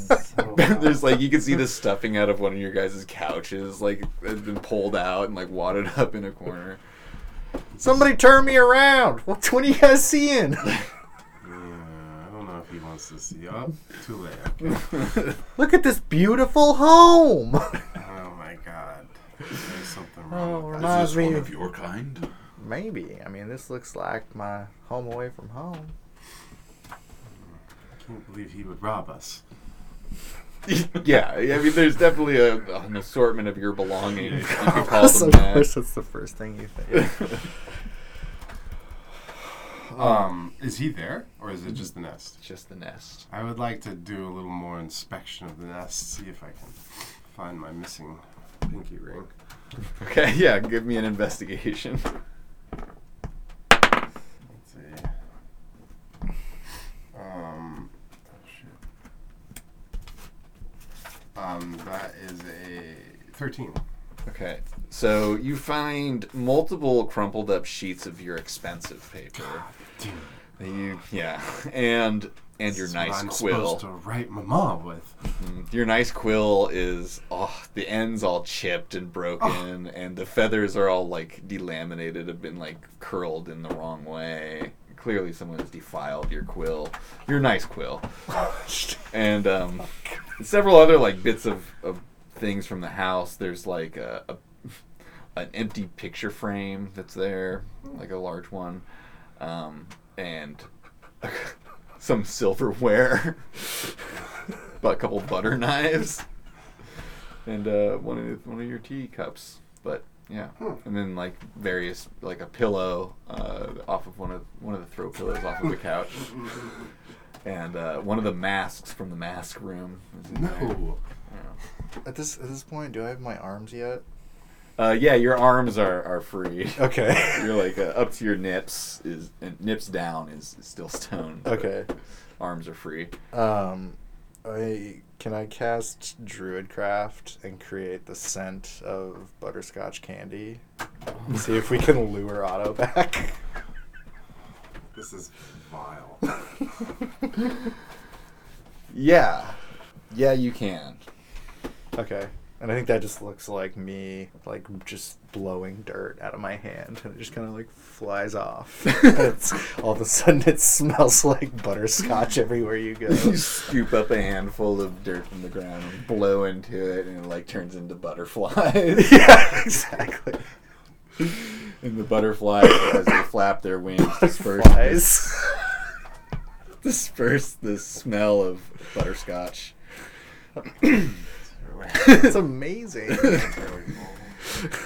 Speaker 2: there's like you can see the stuffing out of one of your guys' couches, like has been pulled out and like wadded up in a corner.
Speaker 6: Somebody turn me around. What, what are you guys seeing?
Speaker 5: Yeah, I don't know if he wants to see. Oh, too late.
Speaker 6: Look at this beautiful home.
Speaker 5: Oh my god. There's something wrong.
Speaker 6: Oh,
Speaker 5: with
Speaker 6: remind-
Speaker 5: that.
Speaker 4: Is this one
Speaker 6: Ozzy.
Speaker 4: of your kind?
Speaker 6: Maybe. I mean, this looks like my home away from home.
Speaker 5: I can't believe he would rob us.
Speaker 2: yeah, I mean there's definitely a, an assortment of your belongings. You could call
Speaker 6: That's,
Speaker 2: them
Speaker 6: the first,
Speaker 2: that.
Speaker 6: that's the first thing you think.
Speaker 5: Um, is he there or is it just the nest?
Speaker 2: It's just the nest.
Speaker 5: I would like to do a little more inspection of the nest, see if I can find my missing pinky ring.
Speaker 2: Okay, yeah, give me an investigation.
Speaker 5: Let's see. Um, oh shit. Um, that is a 13.
Speaker 2: Okay. So you find multiple crumpled up sheets of your expensive paper.
Speaker 5: Dude,
Speaker 2: You yeah. And and your
Speaker 5: this is what
Speaker 2: nice
Speaker 5: I'm
Speaker 2: quill.
Speaker 5: supposed to write my mom with.
Speaker 2: Mm-hmm. Your nice quill is oh, the end's all chipped and broken, and the feathers are all like delaminated, have been like curled in the wrong way. Clearly, someone has defiled your quill, your nice quill, and um, several other like bits of, of things from the house. There's like a, a an empty picture frame that's there, like a large one, um, and some silverware. But a couple butter knives and uh, one of one of your tea cups. But yeah, and then like various like a pillow uh, off of one of one of the throw pillows off of the couch, and uh, one of the masks from the mask room. Is in there.
Speaker 5: No.
Speaker 6: at this at this point, do I have my arms yet?
Speaker 2: Uh, yeah, your arms are, are free.
Speaker 6: Okay.
Speaker 2: You're like uh, up to your nips is and nips down is, is still stone. but
Speaker 6: Okay.
Speaker 2: arms are free.
Speaker 6: Um, I can I cast Druidcraft and create the scent of butterscotch candy. And see if we can lure Otto back.
Speaker 5: This is vile.
Speaker 2: Yeah, yeah, you can.
Speaker 6: Okay. And I think that just looks like me, like just blowing dirt out of my hand, and it just kind of like flies off. And it's, all of a sudden, it smells like butterscotch everywhere you go.
Speaker 2: you scoop up a handful of dirt from the ground and blow into it, and it like turns into butterflies.
Speaker 6: yeah, exactly.
Speaker 2: and the butterflies, as they flap their wings, disperse this,
Speaker 6: Flies.
Speaker 2: disperse the smell of butterscotch.
Speaker 6: it's amazing.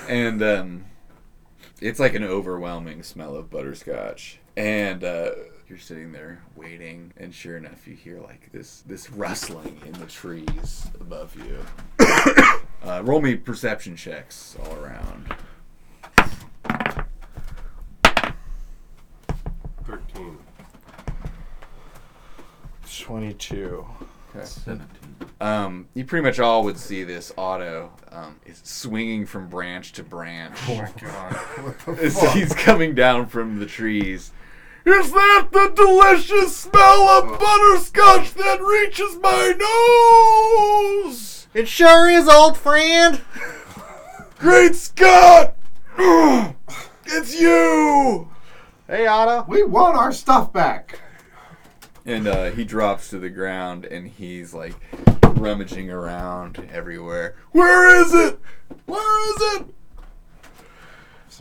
Speaker 2: and um, it's like an overwhelming smell of butterscotch. And uh, you're sitting there waiting, and sure enough, you hear like this this rustling in the trees above you. uh, roll me perception checks all around.
Speaker 5: 13.
Speaker 6: 22.
Speaker 2: Okay.
Speaker 4: Seventeen.
Speaker 2: Um, you pretty much all would see this auto um, is swinging from branch to branch as he's coming down from the trees. Is that the delicious smell of butterscotch that reaches my nose?
Speaker 6: It sure is, old friend.
Speaker 2: Great Scott! Ugh, It's you!
Speaker 6: Hey, Otto.
Speaker 5: We want our stuff back.
Speaker 2: And uh, he drops to the ground and he's like rummaging around everywhere. Where is it? Where is it?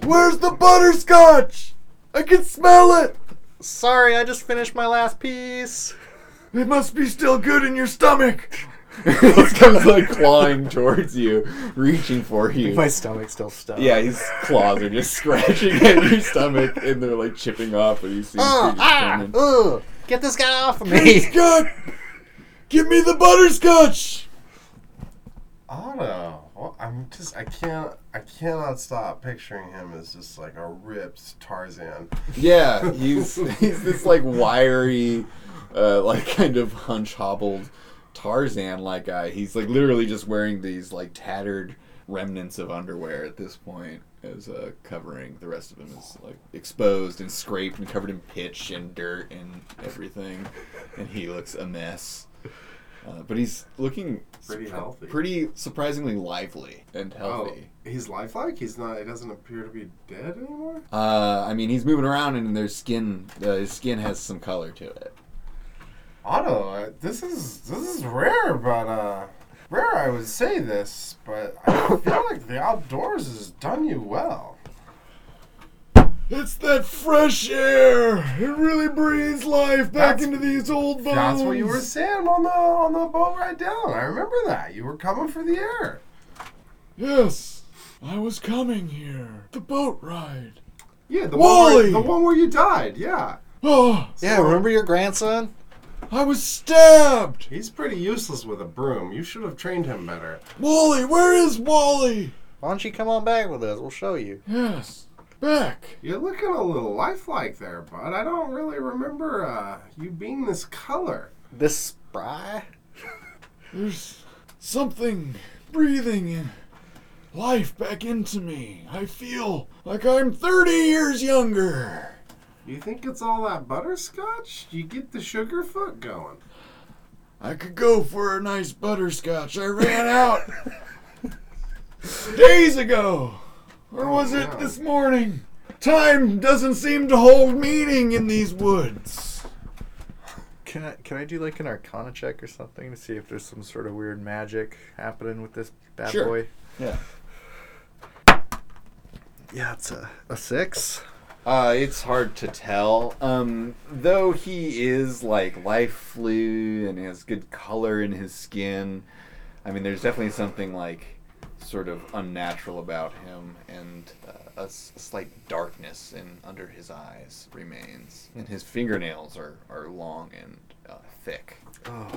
Speaker 2: Where's the butterscotch? I can smell it!
Speaker 6: Sorry, I just finished my last piece.
Speaker 2: It must be still good in your stomach! This comes like clawing towards you, reaching for you.
Speaker 6: My stomach's still stuck.
Speaker 2: Yeah, his claws are just scratching at your stomach, and they're like chipping off. And you see,
Speaker 6: Oh, ah,
Speaker 2: predetermined.
Speaker 6: ugh, get this guy off of me.
Speaker 2: Scott, give me the butterscotch.
Speaker 5: Otto, well, I'm just I can't I cannot stop picturing him as just like a ripped Tarzan.
Speaker 2: Yeah, he's he's this like wiry, uh, like kind of hunch hobbled Tarzan like guy. He's like literally just wearing these like tattered remnants of underwear at this point as uh, covering. The rest of him is like exposed and scraped and covered in pitch and dirt and everything, and he looks a mess. Uh, but he's looking
Speaker 5: Pretty
Speaker 2: surpri-
Speaker 5: healthy.
Speaker 2: pretty surprisingly lively and
Speaker 5: Oh,
Speaker 2: healthy.
Speaker 5: he's lifelike. He's not. He doesn't appear to be dead anymore.
Speaker 2: Uh, I mean, he's moving around, and their skin, uh, his skin has some color to it.
Speaker 5: Otto, I, this is this is rare, but uh, rare I would say this, but I feel like the outdoors has done you well.
Speaker 2: It's that fresh air. It really breathes life
Speaker 5: back That's-
Speaker 2: into these old bones.
Speaker 5: That's what you were saying on the on the boat ride down. I remember that you were coming for the air.
Speaker 2: Yes, I was coming here. The boat ride.
Speaker 5: Yeah, the one where,
Speaker 2: Wally!
Speaker 5: the one where you died. Yeah,
Speaker 2: Oh,
Speaker 6: Yeah, remember your grandson?
Speaker 2: I was stabbed.
Speaker 5: he's pretty useless with a broom. You should have trained him better.
Speaker 2: Wally, where is Wally?
Speaker 6: Why don't you come on back with us? We'll show you.
Speaker 2: Yes, back.
Speaker 5: You're looking a little lifelike there, bud. I don't really remember uh, you being this color.
Speaker 6: This spry?
Speaker 2: There's something breathing in life back into me. I feel like I'm 30 years younger.
Speaker 5: You think it's all that butterscotch? You get the sugar foot going.
Speaker 2: I could go for a nice butterscotch. I ran out days ago. Or was it this morning? Time doesn't seem to hold meaning in these woods.
Speaker 6: Can I can I do like an Arcana check or something to see if there's some sort of weird magic happening with this bad
Speaker 2: Sure.
Speaker 6: boy?
Speaker 2: Yeah.
Speaker 6: Yeah, it's a, a six.
Speaker 2: Uh, it's hard to tell. Um, though he is like lively and has good color in his skin. I mean, there's definitely something like sort of unnatural about him, and uh, a, s- a slight darkness in under his eyes remains. And his fingernails are are long and uh, thick.
Speaker 6: Oh,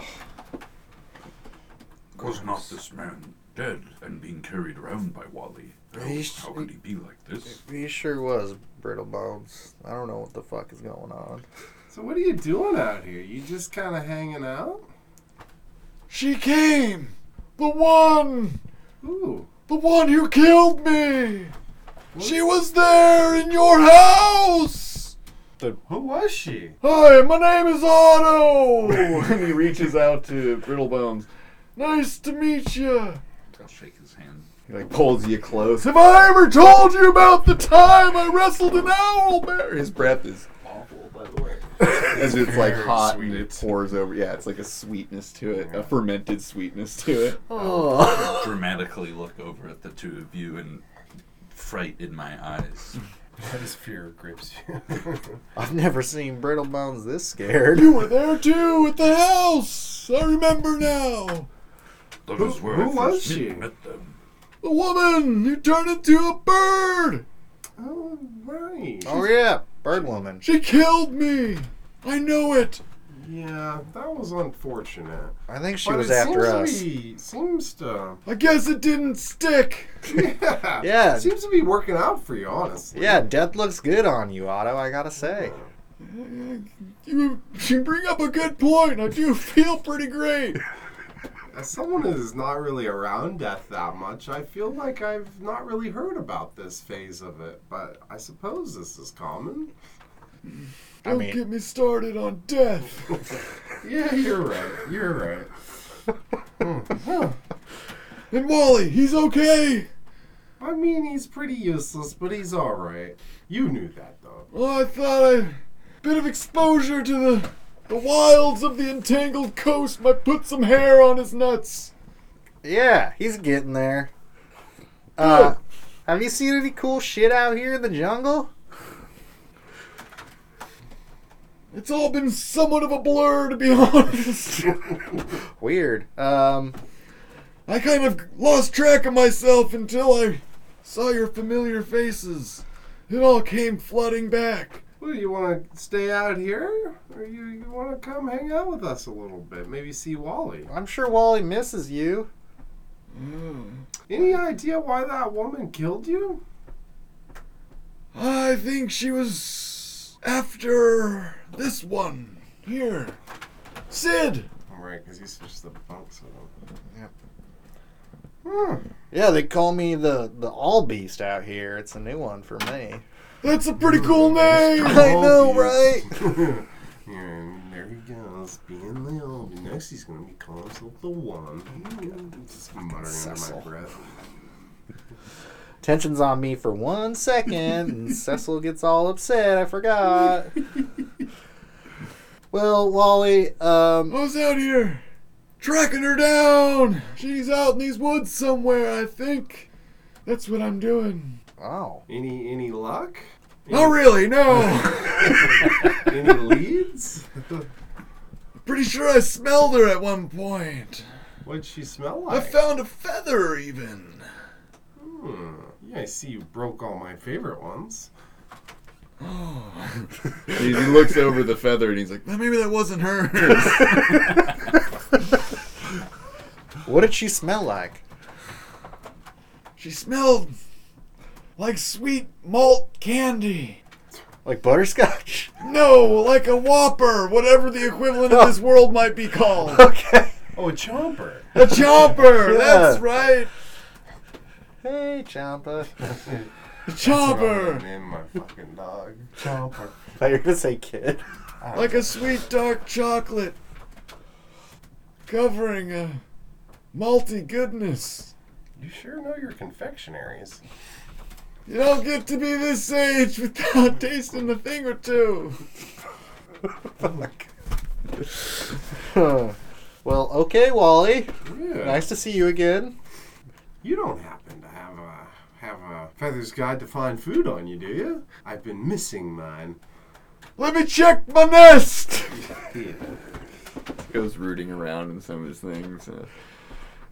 Speaker 4: Was not this man dead and being carried around by Wally? How,
Speaker 6: He's-
Speaker 4: how could he be like this?
Speaker 6: He sure was brittle bones. I don't know what the fuck is going on.
Speaker 5: So what are you doing out here? You just kind of hanging out?
Speaker 2: She came, the one,
Speaker 5: Ooh.
Speaker 2: the one who killed me. She was there in your house.
Speaker 5: Who was she?
Speaker 2: Hi, my name is Otto. and he reaches out to Brittlebones. Nice to meet you.
Speaker 4: I'll shake his hand.
Speaker 2: He like pulls you close. Have I ever told you about the time I wrestled an owl bear? His breath is
Speaker 4: Awful, by the way.
Speaker 2: as it's like hot and it
Speaker 5: sweet.
Speaker 2: pours over. Yeah, it's like a sweetness to it, a fermented sweetness to it.
Speaker 6: Oh.
Speaker 4: Dramatically look over at the two of you and fright in my eyes.
Speaker 5: His fear grips you.
Speaker 6: I've never seen brittle bones this scared.
Speaker 2: You were there too at the house. I remember now.
Speaker 4: That
Speaker 5: Who-
Speaker 4: is where
Speaker 5: who
Speaker 4: I first
Speaker 5: was she?
Speaker 4: met them.
Speaker 2: The woman who turned into a bird.
Speaker 5: oh, right.
Speaker 6: oh yeah, bird woman.
Speaker 2: She killed me. I know it.
Speaker 5: Yeah, that was unfortunate.
Speaker 6: I think she
Speaker 5: But
Speaker 6: was
Speaker 5: it
Speaker 6: after
Speaker 5: seems
Speaker 6: us.
Speaker 5: To be, seems to.
Speaker 2: I guess it didn't stick.
Speaker 5: Yeah.
Speaker 6: Yeah.
Speaker 5: Seems to be working out for you, honestly.
Speaker 6: Yeah, death looks good on you, Otto. I gotta say.
Speaker 2: You, you bring up a good point. I do feel pretty great.
Speaker 5: As someone who's not really around death that much, I feel like I've not really heard about this phase of it, but I suppose this is common.
Speaker 6: I mean,
Speaker 2: me started on death.
Speaker 5: Yeah, you're right. You're right.
Speaker 2: And Wally, he's okay.
Speaker 5: I mean, he's pretty useless, but he's alright. You knew that, though.
Speaker 2: Well, I thought a bit of exposure to the the wilds of the entangled coast might put some hair on his nuts.
Speaker 6: yeah, he's getting there. Uh, have you seen any cool shit out here in the jungle?
Speaker 2: It's all been somewhat of a blur, to be honest.
Speaker 6: Weird. Um,
Speaker 2: I kind of lost track of myself until I saw your familiar faces. It all came flooding back.
Speaker 5: Well, you want to stay out here? Or you, you want to come hang out with us a little bit? Maybe see Wally?
Speaker 6: I'm sure Wally misses you. Mm.
Speaker 5: Any idea why that woman killed you?
Speaker 2: I think she was after this one. Here. Sid!
Speaker 5: Right, because you switched the bunks with
Speaker 6: Yep.
Speaker 5: Hmm.
Speaker 6: Yeah, they call me the the all beast out here. It's a new one for me.
Speaker 2: That's a pretty cool name!
Speaker 6: I know,
Speaker 5: right? and there he goes, being the old. Next, he's going to be calling himself the one. Just muttering under
Speaker 6: Cecil.
Speaker 5: my breath.
Speaker 6: Tension's on me for one second, and Cecil gets all upset. I forgot. well, Wally, um,
Speaker 2: I was out here tracking her down. She's out in these woods somewhere, I think. That's what I'm doing.
Speaker 6: wow.
Speaker 5: Any any luck?
Speaker 2: Not really, no.
Speaker 5: Any leads?
Speaker 2: Pretty sure I smelled her at one point.
Speaker 5: What'd she smell
Speaker 2: I
Speaker 5: like?
Speaker 2: found a feather, even.
Speaker 5: hmm. Yeah, I see you broke all my favorite ones.
Speaker 2: he looks over the feather and he's like, maybe that wasn't hers.
Speaker 6: What did she smell like?
Speaker 2: she smelled like sweet malt candy.
Speaker 6: Like butterscotch?
Speaker 2: No, like a whopper, whatever the equivalent of this world might be called.
Speaker 6: okay.
Speaker 5: Oh, a chomper.
Speaker 2: A chomper,
Speaker 6: Yeah.
Speaker 2: that's right.
Speaker 6: Hey, Champa.
Speaker 2: A
Speaker 5: Oh,
Speaker 2: chomper,
Speaker 5: name my fucking dog. Chomper.
Speaker 6: I you were gonna say kid.
Speaker 2: like a sweet dark chocolate covering a malty goodness.
Speaker 5: You sure know your confectionaries.
Speaker 2: You don't get to be this age without tasting a thing or two.
Speaker 6: well, okay, Wally.
Speaker 5: Yeah.
Speaker 6: Nice to see you again.
Speaker 5: You don't happen to have a have a feather's guide to find food on you, do you? I've been missing mine.
Speaker 2: Let me check my nest.
Speaker 5: Here.
Speaker 8: goes rooting around in some of his things. Uh,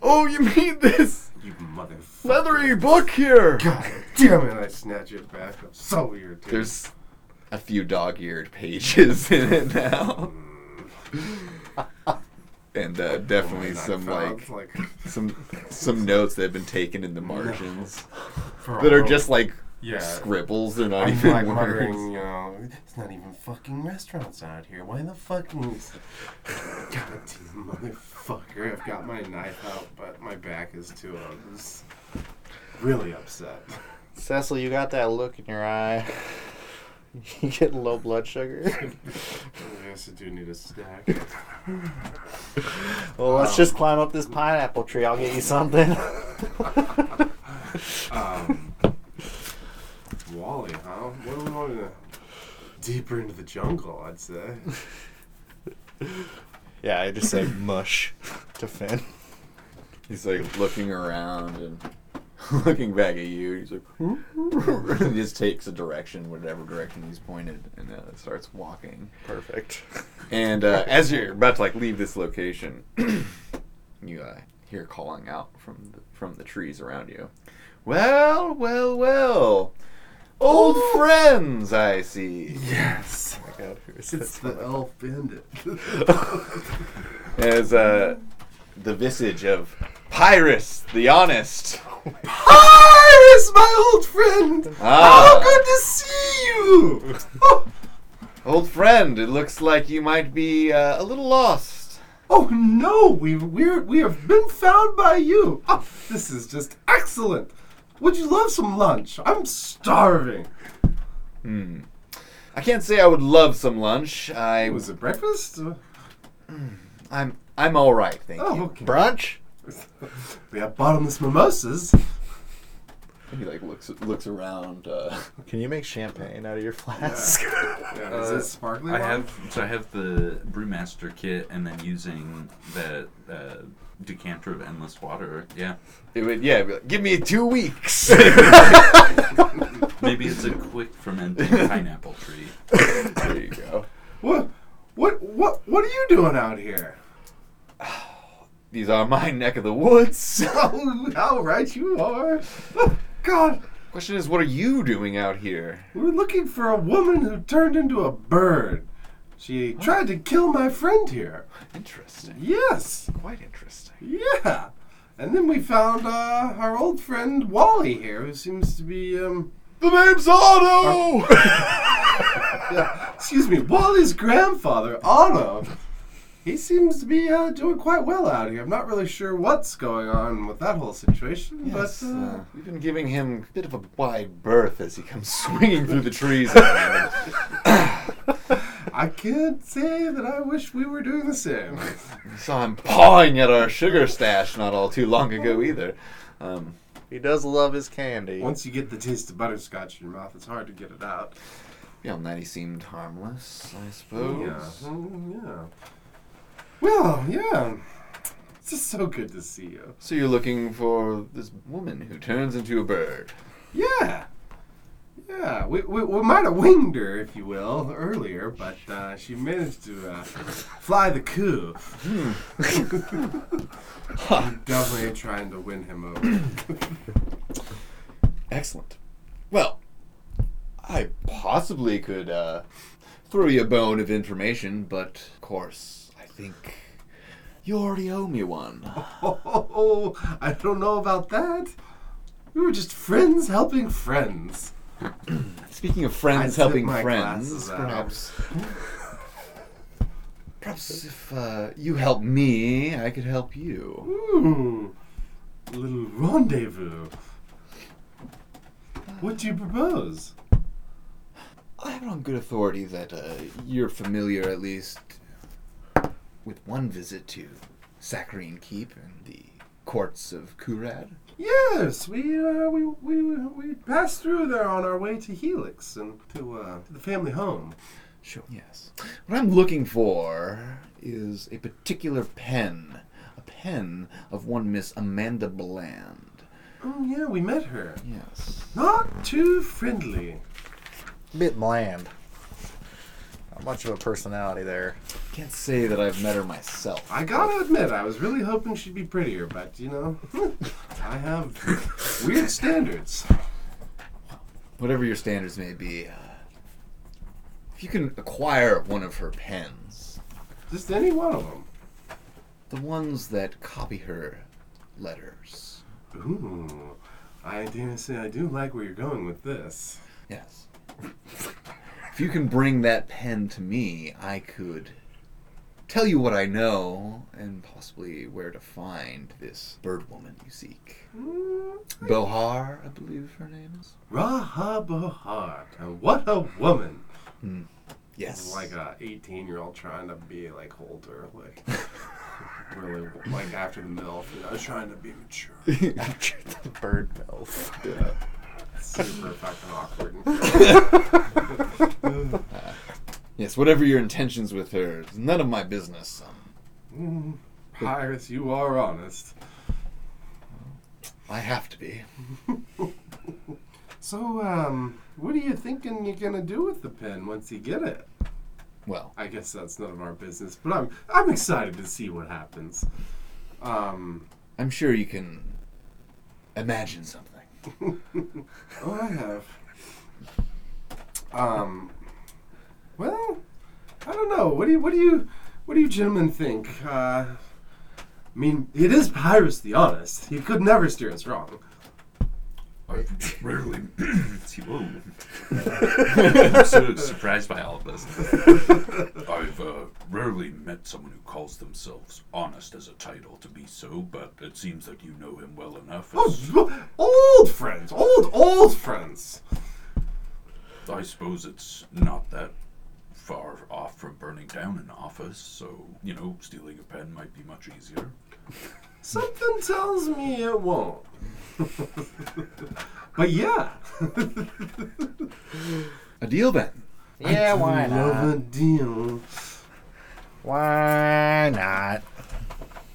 Speaker 2: Oh, you mean this
Speaker 5: You motherfucker.
Speaker 2: leathery book here?
Speaker 5: God damn it, I snatch it back. I'm so irritated.
Speaker 8: there's a few dog-eared pages in it now, and uh, definitely
Speaker 5: And I
Speaker 8: some
Speaker 5: found,
Speaker 8: like some some notes that have been taken in the margins
Speaker 5: for
Speaker 8: that are
Speaker 5: all-
Speaker 8: just like
Speaker 5: yeah.
Speaker 8: scribbles. They're not
Speaker 5: I'm
Speaker 8: even
Speaker 5: like
Speaker 8: words.
Speaker 5: wondering, you know, it's not even fucking restaurants out here. Why the fucking God damn motherfucker. I've got my knife out, but my back is too up. I'm just really upset.
Speaker 6: Cecil, you got that look in your eye. You get low blood sugar.
Speaker 5: I guess I do need a snack.
Speaker 6: Well, let's just climb up this pineapple tree. I'll get you something.
Speaker 5: Um, Wally, huh? What do we want to deeper into the jungle? I'd say.
Speaker 6: yeah, I just say mush to Finn.
Speaker 8: He's like looking around and looking back at you. He's like, and just takes a direction, whatever direction he's pointed, and uh, starts walking.
Speaker 6: Perfect.
Speaker 8: And uh, as you're about to like leave this location, you uh, hear calling out from the, from the trees around you. Well, well, well, old
Speaker 5: Oh.
Speaker 8: friends, I see.
Speaker 5: Yes,
Speaker 6: God, who is this?
Speaker 5: it's the elf bandit.
Speaker 8: As uh, the visage of Pyrus the Honest.
Speaker 5: Iris, my old friend.
Speaker 8: Ah.
Speaker 5: How good to see you. Oh,
Speaker 8: Old friend, it looks like you might be uh, a little lost.
Speaker 5: Oh no, we we're, we have been found by you. Oh, this is just excellent. Would you love some lunch? I'm starving.
Speaker 2: I can't say I would love some lunch. I
Speaker 5: Was it breakfast? Uh,
Speaker 2: I'm I'm all right, thank
Speaker 5: Oh,
Speaker 2: you.
Speaker 5: okay.
Speaker 6: Brunch?
Speaker 5: We have bottomless mimosas.
Speaker 2: He like looks looks around. Uh,
Speaker 6: Can you make champagne out of your flask?
Speaker 5: Yeah, is
Speaker 4: Uh,
Speaker 5: it sparkling?
Speaker 4: I
Speaker 5: wine?
Speaker 4: have so I have the brewmaster kit, and then using the uh, decanter of endless water. Yeah,
Speaker 2: it would yeah. be like, Give me two weeks.
Speaker 4: maybe it's a quick fermenting pineapple tree.
Speaker 2: there you go.
Speaker 5: What what what what are you doing out here?
Speaker 2: These are my neck of the woods.
Speaker 5: Oh, how right you are. Oh, God,
Speaker 2: Question is, what are you doing out here?
Speaker 5: we were looking for a woman who turned into a bird. She tried to kill my friend here.
Speaker 2: Interesting.
Speaker 5: Yes.
Speaker 2: Quite interesting.
Speaker 5: Yeah. And then we found uh, our old friend Wally here, who seems to be. Um,
Speaker 2: The name's Otto.
Speaker 5: yeah, excuse me, Wally's grandfather, Otto. He seems to be uh, doing quite well out here. I'm not really sure what's going on with that whole situation,
Speaker 2: Yes,
Speaker 5: but. Uh,
Speaker 2: uh, we've been giving him a bit of a wide berth as he comes swinging through the trees. at the moment.
Speaker 5: I can't say that I wish we were doing the same.
Speaker 2: We saw him pawing at our sugar stash not all too long ago either. Um,
Speaker 6: He does love his candy.
Speaker 5: Once you get the taste of butterscotch in your mouth, it's hard to get it out.
Speaker 2: yeah, and then he seemed harmless, I suppose.
Speaker 5: Yeah. Mm, yeah. Well, yeah. It's just so good to see you.
Speaker 2: So you're looking for this woman who turns into a bird.
Speaker 5: Yeah. Yeah. We, we, we might have winged her, if you will, earlier, but uh, she managed to uh, fly the coup. I'm definitely trying to win him over.
Speaker 2: Excellent. Well, I possibly could uh, throw you a bone of information, but of course, I think you already owe me one.
Speaker 5: Oh, I don't know about that. We were just friends helping friends.
Speaker 2: Speaking of
Speaker 5: I
Speaker 2: friends
Speaker 5: took
Speaker 2: helping
Speaker 5: my
Speaker 2: friends,
Speaker 5: glasses out.
Speaker 2: perhaps. Perhaps if uh, you help me, I could help you.
Speaker 5: Ooh, a little rendezvous. What do you propose?
Speaker 2: I have it on good authority that uh, you're familiar, at least, with one visit to Saccharine Keep and the courts of Kurad.
Speaker 5: Yes, we uh, we, we we passed through there on our way to Helix and to, uh, to the family home.
Speaker 2: Sure. Yes. What I'm looking for is a particular pen, a pen of one Miss Amanda Bland.
Speaker 5: Oh yeah, we met her.
Speaker 2: Yes.
Speaker 5: Not too friendly.
Speaker 6: Bit bland. Not much of a personality there.
Speaker 2: Can't say that I've met her myself.
Speaker 5: I gotta admit, I was really hoping she'd be prettier, but you know, I have weird standards.
Speaker 2: Whatever your standards may be, uh, if you can acquire one of her pens,
Speaker 5: Just any one of them.
Speaker 2: the ones that copy her letters.
Speaker 5: Ooh, I dare say I do like where you're going with this.
Speaker 2: Yes. if you can bring that pen to me, I could tell you what I know and possibly where to find this bird woman you seek.
Speaker 5: Hmm,
Speaker 2: Bohar, I believe her name is.
Speaker 5: Raha Bohar, and what a woman!
Speaker 2: Yes.
Speaker 5: Like a 18 year old trying to be like Holder, like really like after the milf. You know, trying to be mature.
Speaker 6: After the bird mouth.
Speaker 5: Super fucking awkward. And
Speaker 2: yes, whatever your intentions with her, it's none of my business. Um,
Speaker 5: Pyrus, Hmm, you are honest.
Speaker 2: I have to be.
Speaker 5: So, um, what are you thinking you're gonna do with the pen once you get it?
Speaker 2: Well,
Speaker 5: I guess that's none of our business, but I'm I'm excited to see what happens. Um,
Speaker 2: I'm sure you can imagine something.
Speaker 5: Oh, I have. Um. Well, I don't know. What do you? What do you? What do you gentlemen think? Uh, I mean, it is Pyrus the Honest. He could never steer us wrong.
Speaker 4: I've rarely. see, whoa. I'm so surprised by all of this. I've uh, rarely met someone who calls themselves honest as a title to be so, but it seems that you know him well enough. As,
Speaker 5: Oh, old friends, old old friends.
Speaker 4: I suppose it's not that far off from burning down an office, so, you know, stealing a pen might be much easier.
Speaker 5: Something tells me it won't. but yeah,
Speaker 2: A deal then.
Speaker 6: Yeah, why
Speaker 5: love a deal.
Speaker 6: Why not?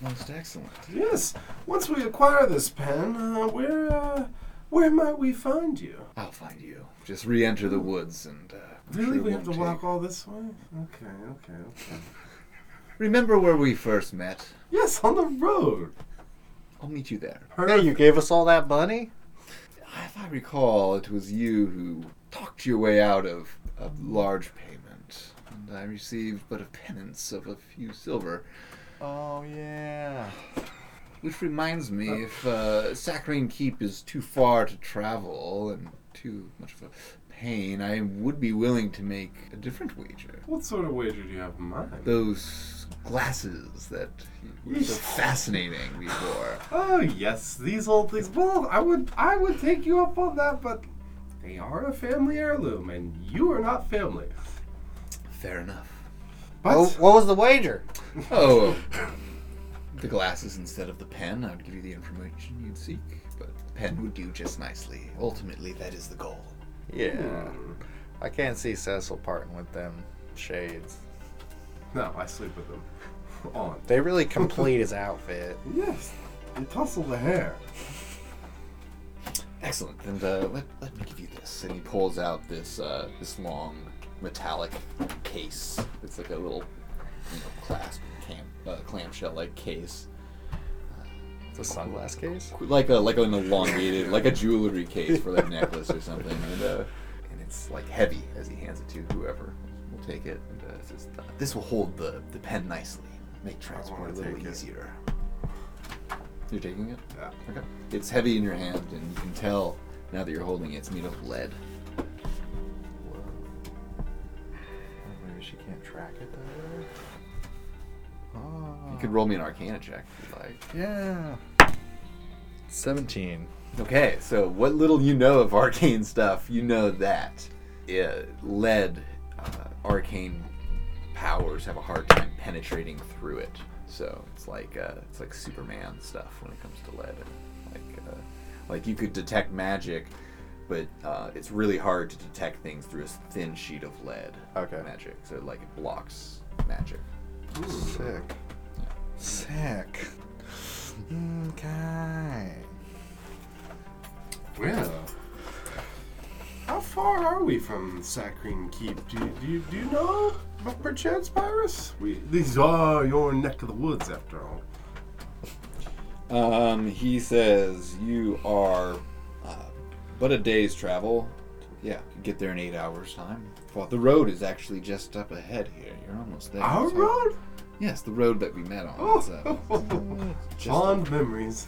Speaker 2: Most excellent.
Speaker 5: Yes. Once we acquire this pen, uh, where uh, where might we find you?
Speaker 2: I'll find you. Just re-enter the woods and. Uh, I'm
Speaker 5: Really,
Speaker 2: sure it
Speaker 5: we have to
Speaker 2: won't
Speaker 5: walk
Speaker 2: take-
Speaker 5: all this way? Okay, okay, okay.
Speaker 2: Remember where we first met.
Speaker 5: Yes, on the road.
Speaker 2: I'll meet you there.
Speaker 6: Hey, you gave us all that money?
Speaker 2: If I recall, it was you who talked your way out of a large payment, and I received but a penance of a few silver.
Speaker 6: Oh, yeah.
Speaker 2: Which reminds me,
Speaker 5: Oh.
Speaker 2: if uh, Saccharine Keep is too far to travel and too much of a pain, I would be willing to make a different wager.
Speaker 5: What sort of wager do you have in mind?
Speaker 2: Those glasses that were so fascinating before.
Speaker 5: Oh yes, these old things. Well, I would I would take you up on that, but they are a family heirloom, and you are not family.
Speaker 2: Fair enough.
Speaker 5: But
Speaker 6: Oh, what was the wager?
Speaker 2: Oh, the glasses instead of the pen. I would give you the information you'd seek, but the pen would do just nicely. Ultimately, that is the goal.
Speaker 6: Yeah. I can't see Cecil parting with them shades.
Speaker 5: no, I sleep with them. On.
Speaker 6: They really complete his outfit.
Speaker 5: Yes, you tussle the hair.
Speaker 2: Excellent. And uh, let, let me give you this. And he pulls out this uh, this long metallic case. It's like a little you know, clasp cam, uh, clamshell like case,
Speaker 6: The sunglass case?
Speaker 2: like a like an elongated like a jewelry case for like a necklace or something. And uh, and it's like heavy as he hands it to whoever will take it. And uh, it says, uh, this will hold the the pen nicely. Make transport a little
Speaker 5: take it.
Speaker 2: easier. You're taking it.
Speaker 5: Yeah.
Speaker 2: Okay. It's heavy in your hand, and you can tell now that you're holding it, it's made of lead.
Speaker 6: Maybe she can't track it that way.
Speaker 2: You
Speaker 6: Oh.
Speaker 2: could roll me an Arcana check if you like.
Speaker 6: Yeah. 17.
Speaker 2: Okay, so what little you know of arcane stuff, you know that uh, lead, uh, arcane powers have a hard time penetrating through it. So it's like uh, it's like Superman stuff when it comes to lead. Like uh, like you could detect magic, but uh, it's really hard to detect things through a thin sheet of lead.
Speaker 6: Okay.
Speaker 2: Magic, so like it blocks magic.
Speaker 6: Sick. Sick. Okay.
Speaker 5: Well, how far are we from Saccharine Keep? Do you, do you, do you know, but perchance, Pyrus? We, these are your neck of the woods, after all.
Speaker 2: Um, he says you are uh, but a day's travel. Yeah, you get there in eight hours' time. Well, the road is actually just up ahead here. You're almost there.
Speaker 5: Our
Speaker 2: It's like-
Speaker 5: road?
Speaker 2: Yes, the road that we met on. It's, uh,
Speaker 5: Oh,
Speaker 2: just
Speaker 5: fond memories.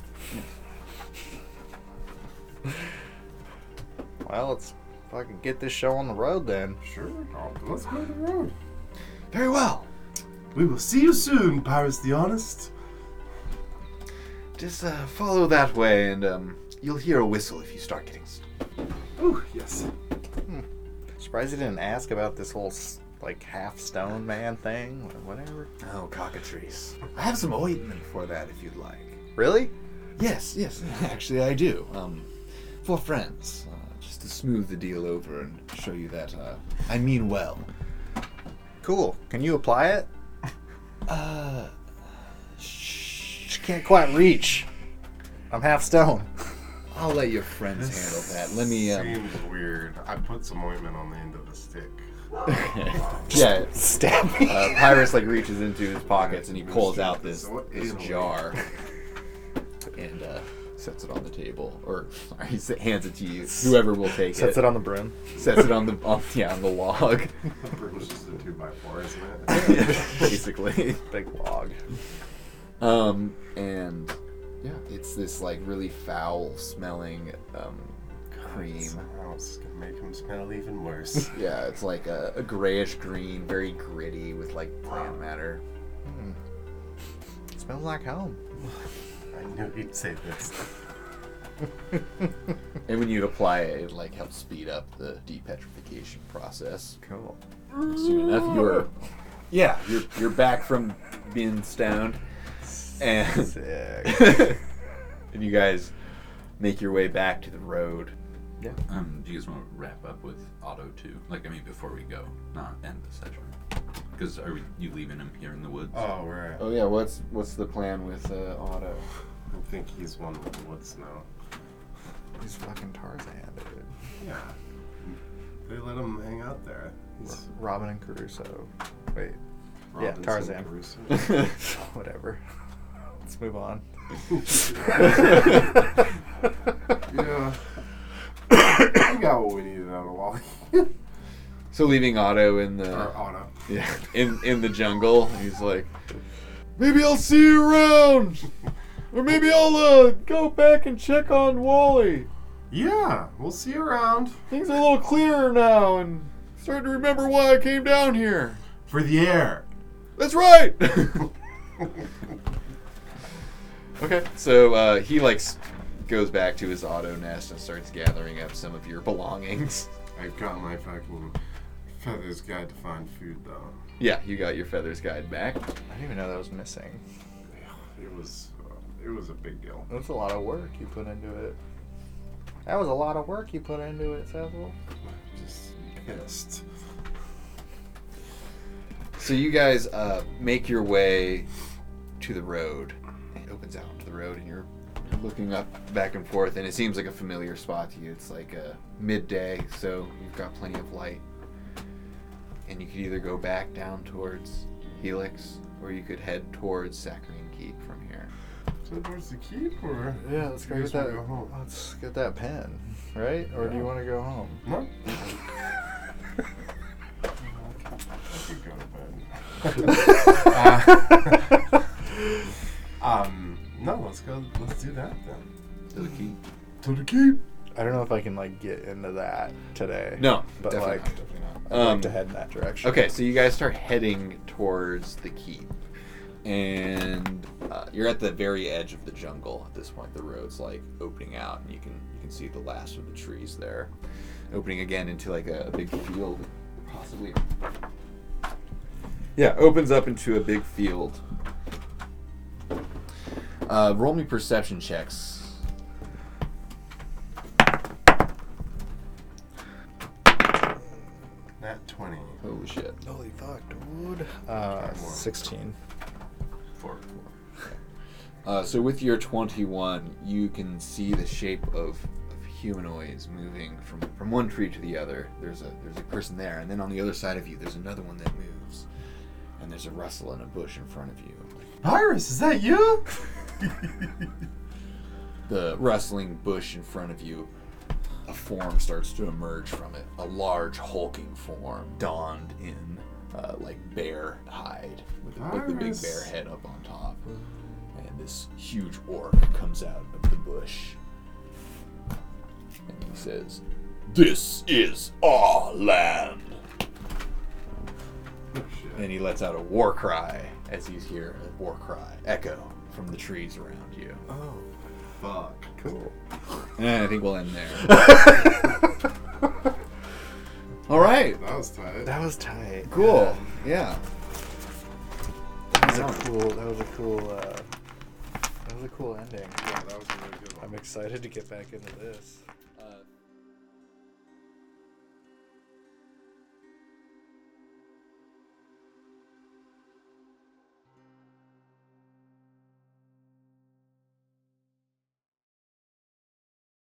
Speaker 6: Well, let's fucking get this show on the road then.
Speaker 5: Sure, I'll- let's go to the road.
Speaker 2: Very well.
Speaker 5: We will see you soon, Pyrus the Honest.
Speaker 2: Just uh, follow that way, and um, you'll hear a whistle if you start getting. St-
Speaker 5: Oh, yes.
Speaker 6: Surprised you didn't ask about this whole s- like half stone man thing or whatever.
Speaker 2: oh, cockatrees! I have some ointment for that if you'd like.
Speaker 6: Really?
Speaker 2: Yes, yes, actually I do. Um, for friends, uh, just to smooth the deal over and show you that uh, I mean well.
Speaker 6: Cool. Can you apply it?
Speaker 2: Uh,
Speaker 6: She can't quite reach. I'm half stone.
Speaker 2: I'll let your friends handle that. Let me. Um,
Speaker 5: Seems weird. I put some ointment on the end of the stick.
Speaker 2: yeah,
Speaker 6: Stab me.
Speaker 2: uh, Pyrus like reaches into his pockets and he pulls out this
Speaker 5: So it
Speaker 2: this
Speaker 5: is a
Speaker 2: jar and uh, sets it on the table, or sorry, he s- hands it to you. Whoever will take
Speaker 6: Sets it on the broom.
Speaker 2: sets it on the on, yeah on the log,
Speaker 5: It's just a two by four, isn't it?
Speaker 2: basically.
Speaker 6: Big log.
Speaker 2: Um, and yeah, it's this like really foul smelling um, cream.
Speaker 5: Something else is gonna make him smell even worse.
Speaker 2: Yeah, it's like a, a grayish green, very gritty with like plant matter.
Speaker 6: Smells like home.
Speaker 5: I knew he'd say this.
Speaker 2: And when you apply it, it like helps speed up the depetrification process.
Speaker 8: Cool.
Speaker 2: Soon enough, you're yeah, you're you're back from being stoned, and
Speaker 8: Sick.
Speaker 2: and you guys make your way back to the road.
Speaker 4: Um, do you guys want to wrap up with Auto Two? Like, I mean, before we go, not end the session. Because are we, you leaving him here in the woods?
Speaker 5: Oh, right.
Speaker 2: Oh yeah, what's what's the plan with uh, Otto?
Speaker 5: I think he's one with the woods now.
Speaker 6: He's fucking Tarzan, dude.
Speaker 5: Yeah. They let him hang out there. He's
Speaker 6: Robin and Caruso. Wait, Yeah,
Speaker 5: Robinson
Speaker 6: Tarzan.
Speaker 5: Crusoe.
Speaker 6: whatever. Let's move on.
Speaker 5: yeah. we got what we needed out of Wally. or
Speaker 2: So leaving Otto in the
Speaker 5: Auto.
Speaker 2: yeah in in the jungle, he's like, maybe I'll see you around, or maybe I'll uh, go back and check on Wally.
Speaker 5: Yeah, we'll see you around
Speaker 2: Things are a little clearer now, and starting to remember why I came down here.
Speaker 5: for the air.
Speaker 2: That's right. okay, so uh, he like s- goes back to his auto nest and starts gathering up some of your belongings.
Speaker 5: I've got my fucking feathers guide to find food though.
Speaker 2: Yeah, you got your feathers guide back.
Speaker 6: I didn't even know that was missing.
Speaker 5: It was, uh, it was a big deal.
Speaker 6: That's a lot of work you put into it. That was a lot of work you put into it, Cecil.
Speaker 5: Just pissed.
Speaker 2: So you guys uh, make your way to the road. It opens out onto the road, and you're you're looking up back and forth, and it seems like a familiar spot to you. It's like uh, midday, so you've got plenty of light, and you could either go back down towards Helix, or you could head towards Saccharine Keep from here.
Speaker 5: So towards the keep or?
Speaker 6: Yeah, let's go
Speaker 5: I
Speaker 6: get
Speaker 5: guess we'll
Speaker 6: that.
Speaker 5: go home.
Speaker 6: Let's get that pen, right? Or do you want to go home?
Speaker 5: No. I could go to bed. um, no, let's go. Let's do that then.
Speaker 4: To the key.
Speaker 5: To the keep.
Speaker 6: I don't know if I can like get into that today.
Speaker 2: No,
Speaker 6: but
Speaker 2: definitely not.
Speaker 6: like I'd
Speaker 2: Um,
Speaker 6: like to head in that direction.
Speaker 2: Okay, so you guys start heading towards the keep, and uh, you're at the very edge of the jungle at this point. The road's like opening out, and you can you can see the last of the trees there, opening again into like a, a big field, possibly. Yeah, opens up into a big field. Uh, roll me perception checks.
Speaker 5: Nat twenty.
Speaker 2: Holy Oh, shit!
Speaker 6: Holy fuck, dude. Uh, sixteen.
Speaker 4: Four.
Speaker 2: Uh, so with your 21, you can see the shape of, of humanoids moving from, from one tree to the other. There's a there's a person there, and then on the other side of you, there's another one that moves, and there's a rustle in a bush in front of you.
Speaker 5: Iris, is that you?
Speaker 2: The rustling bush in front of you, a form starts to emerge from it. A large hulking form, donned in uh, like bear hide, with, with the big
Speaker 5: Iris.
Speaker 2: bear head up on top, and this huge orc comes out of the bush. and he says, "This is our land." And he lets out a war cry as he's here. A war cry echo from the trees around you.
Speaker 5: Oh, fuck. Cool.
Speaker 2: And Eh, I think we'll end there. All right.
Speaker 5: That was tight.
Speaker 6: That was tight.
Speaker 2: Cool. Yeah.
Speaker 6: That was a cool. That was a cool. Uh, that was a cool ending.
Speaker 5: Yeah, that was a really good one.
Speaker 6: I'm excited to get back into this.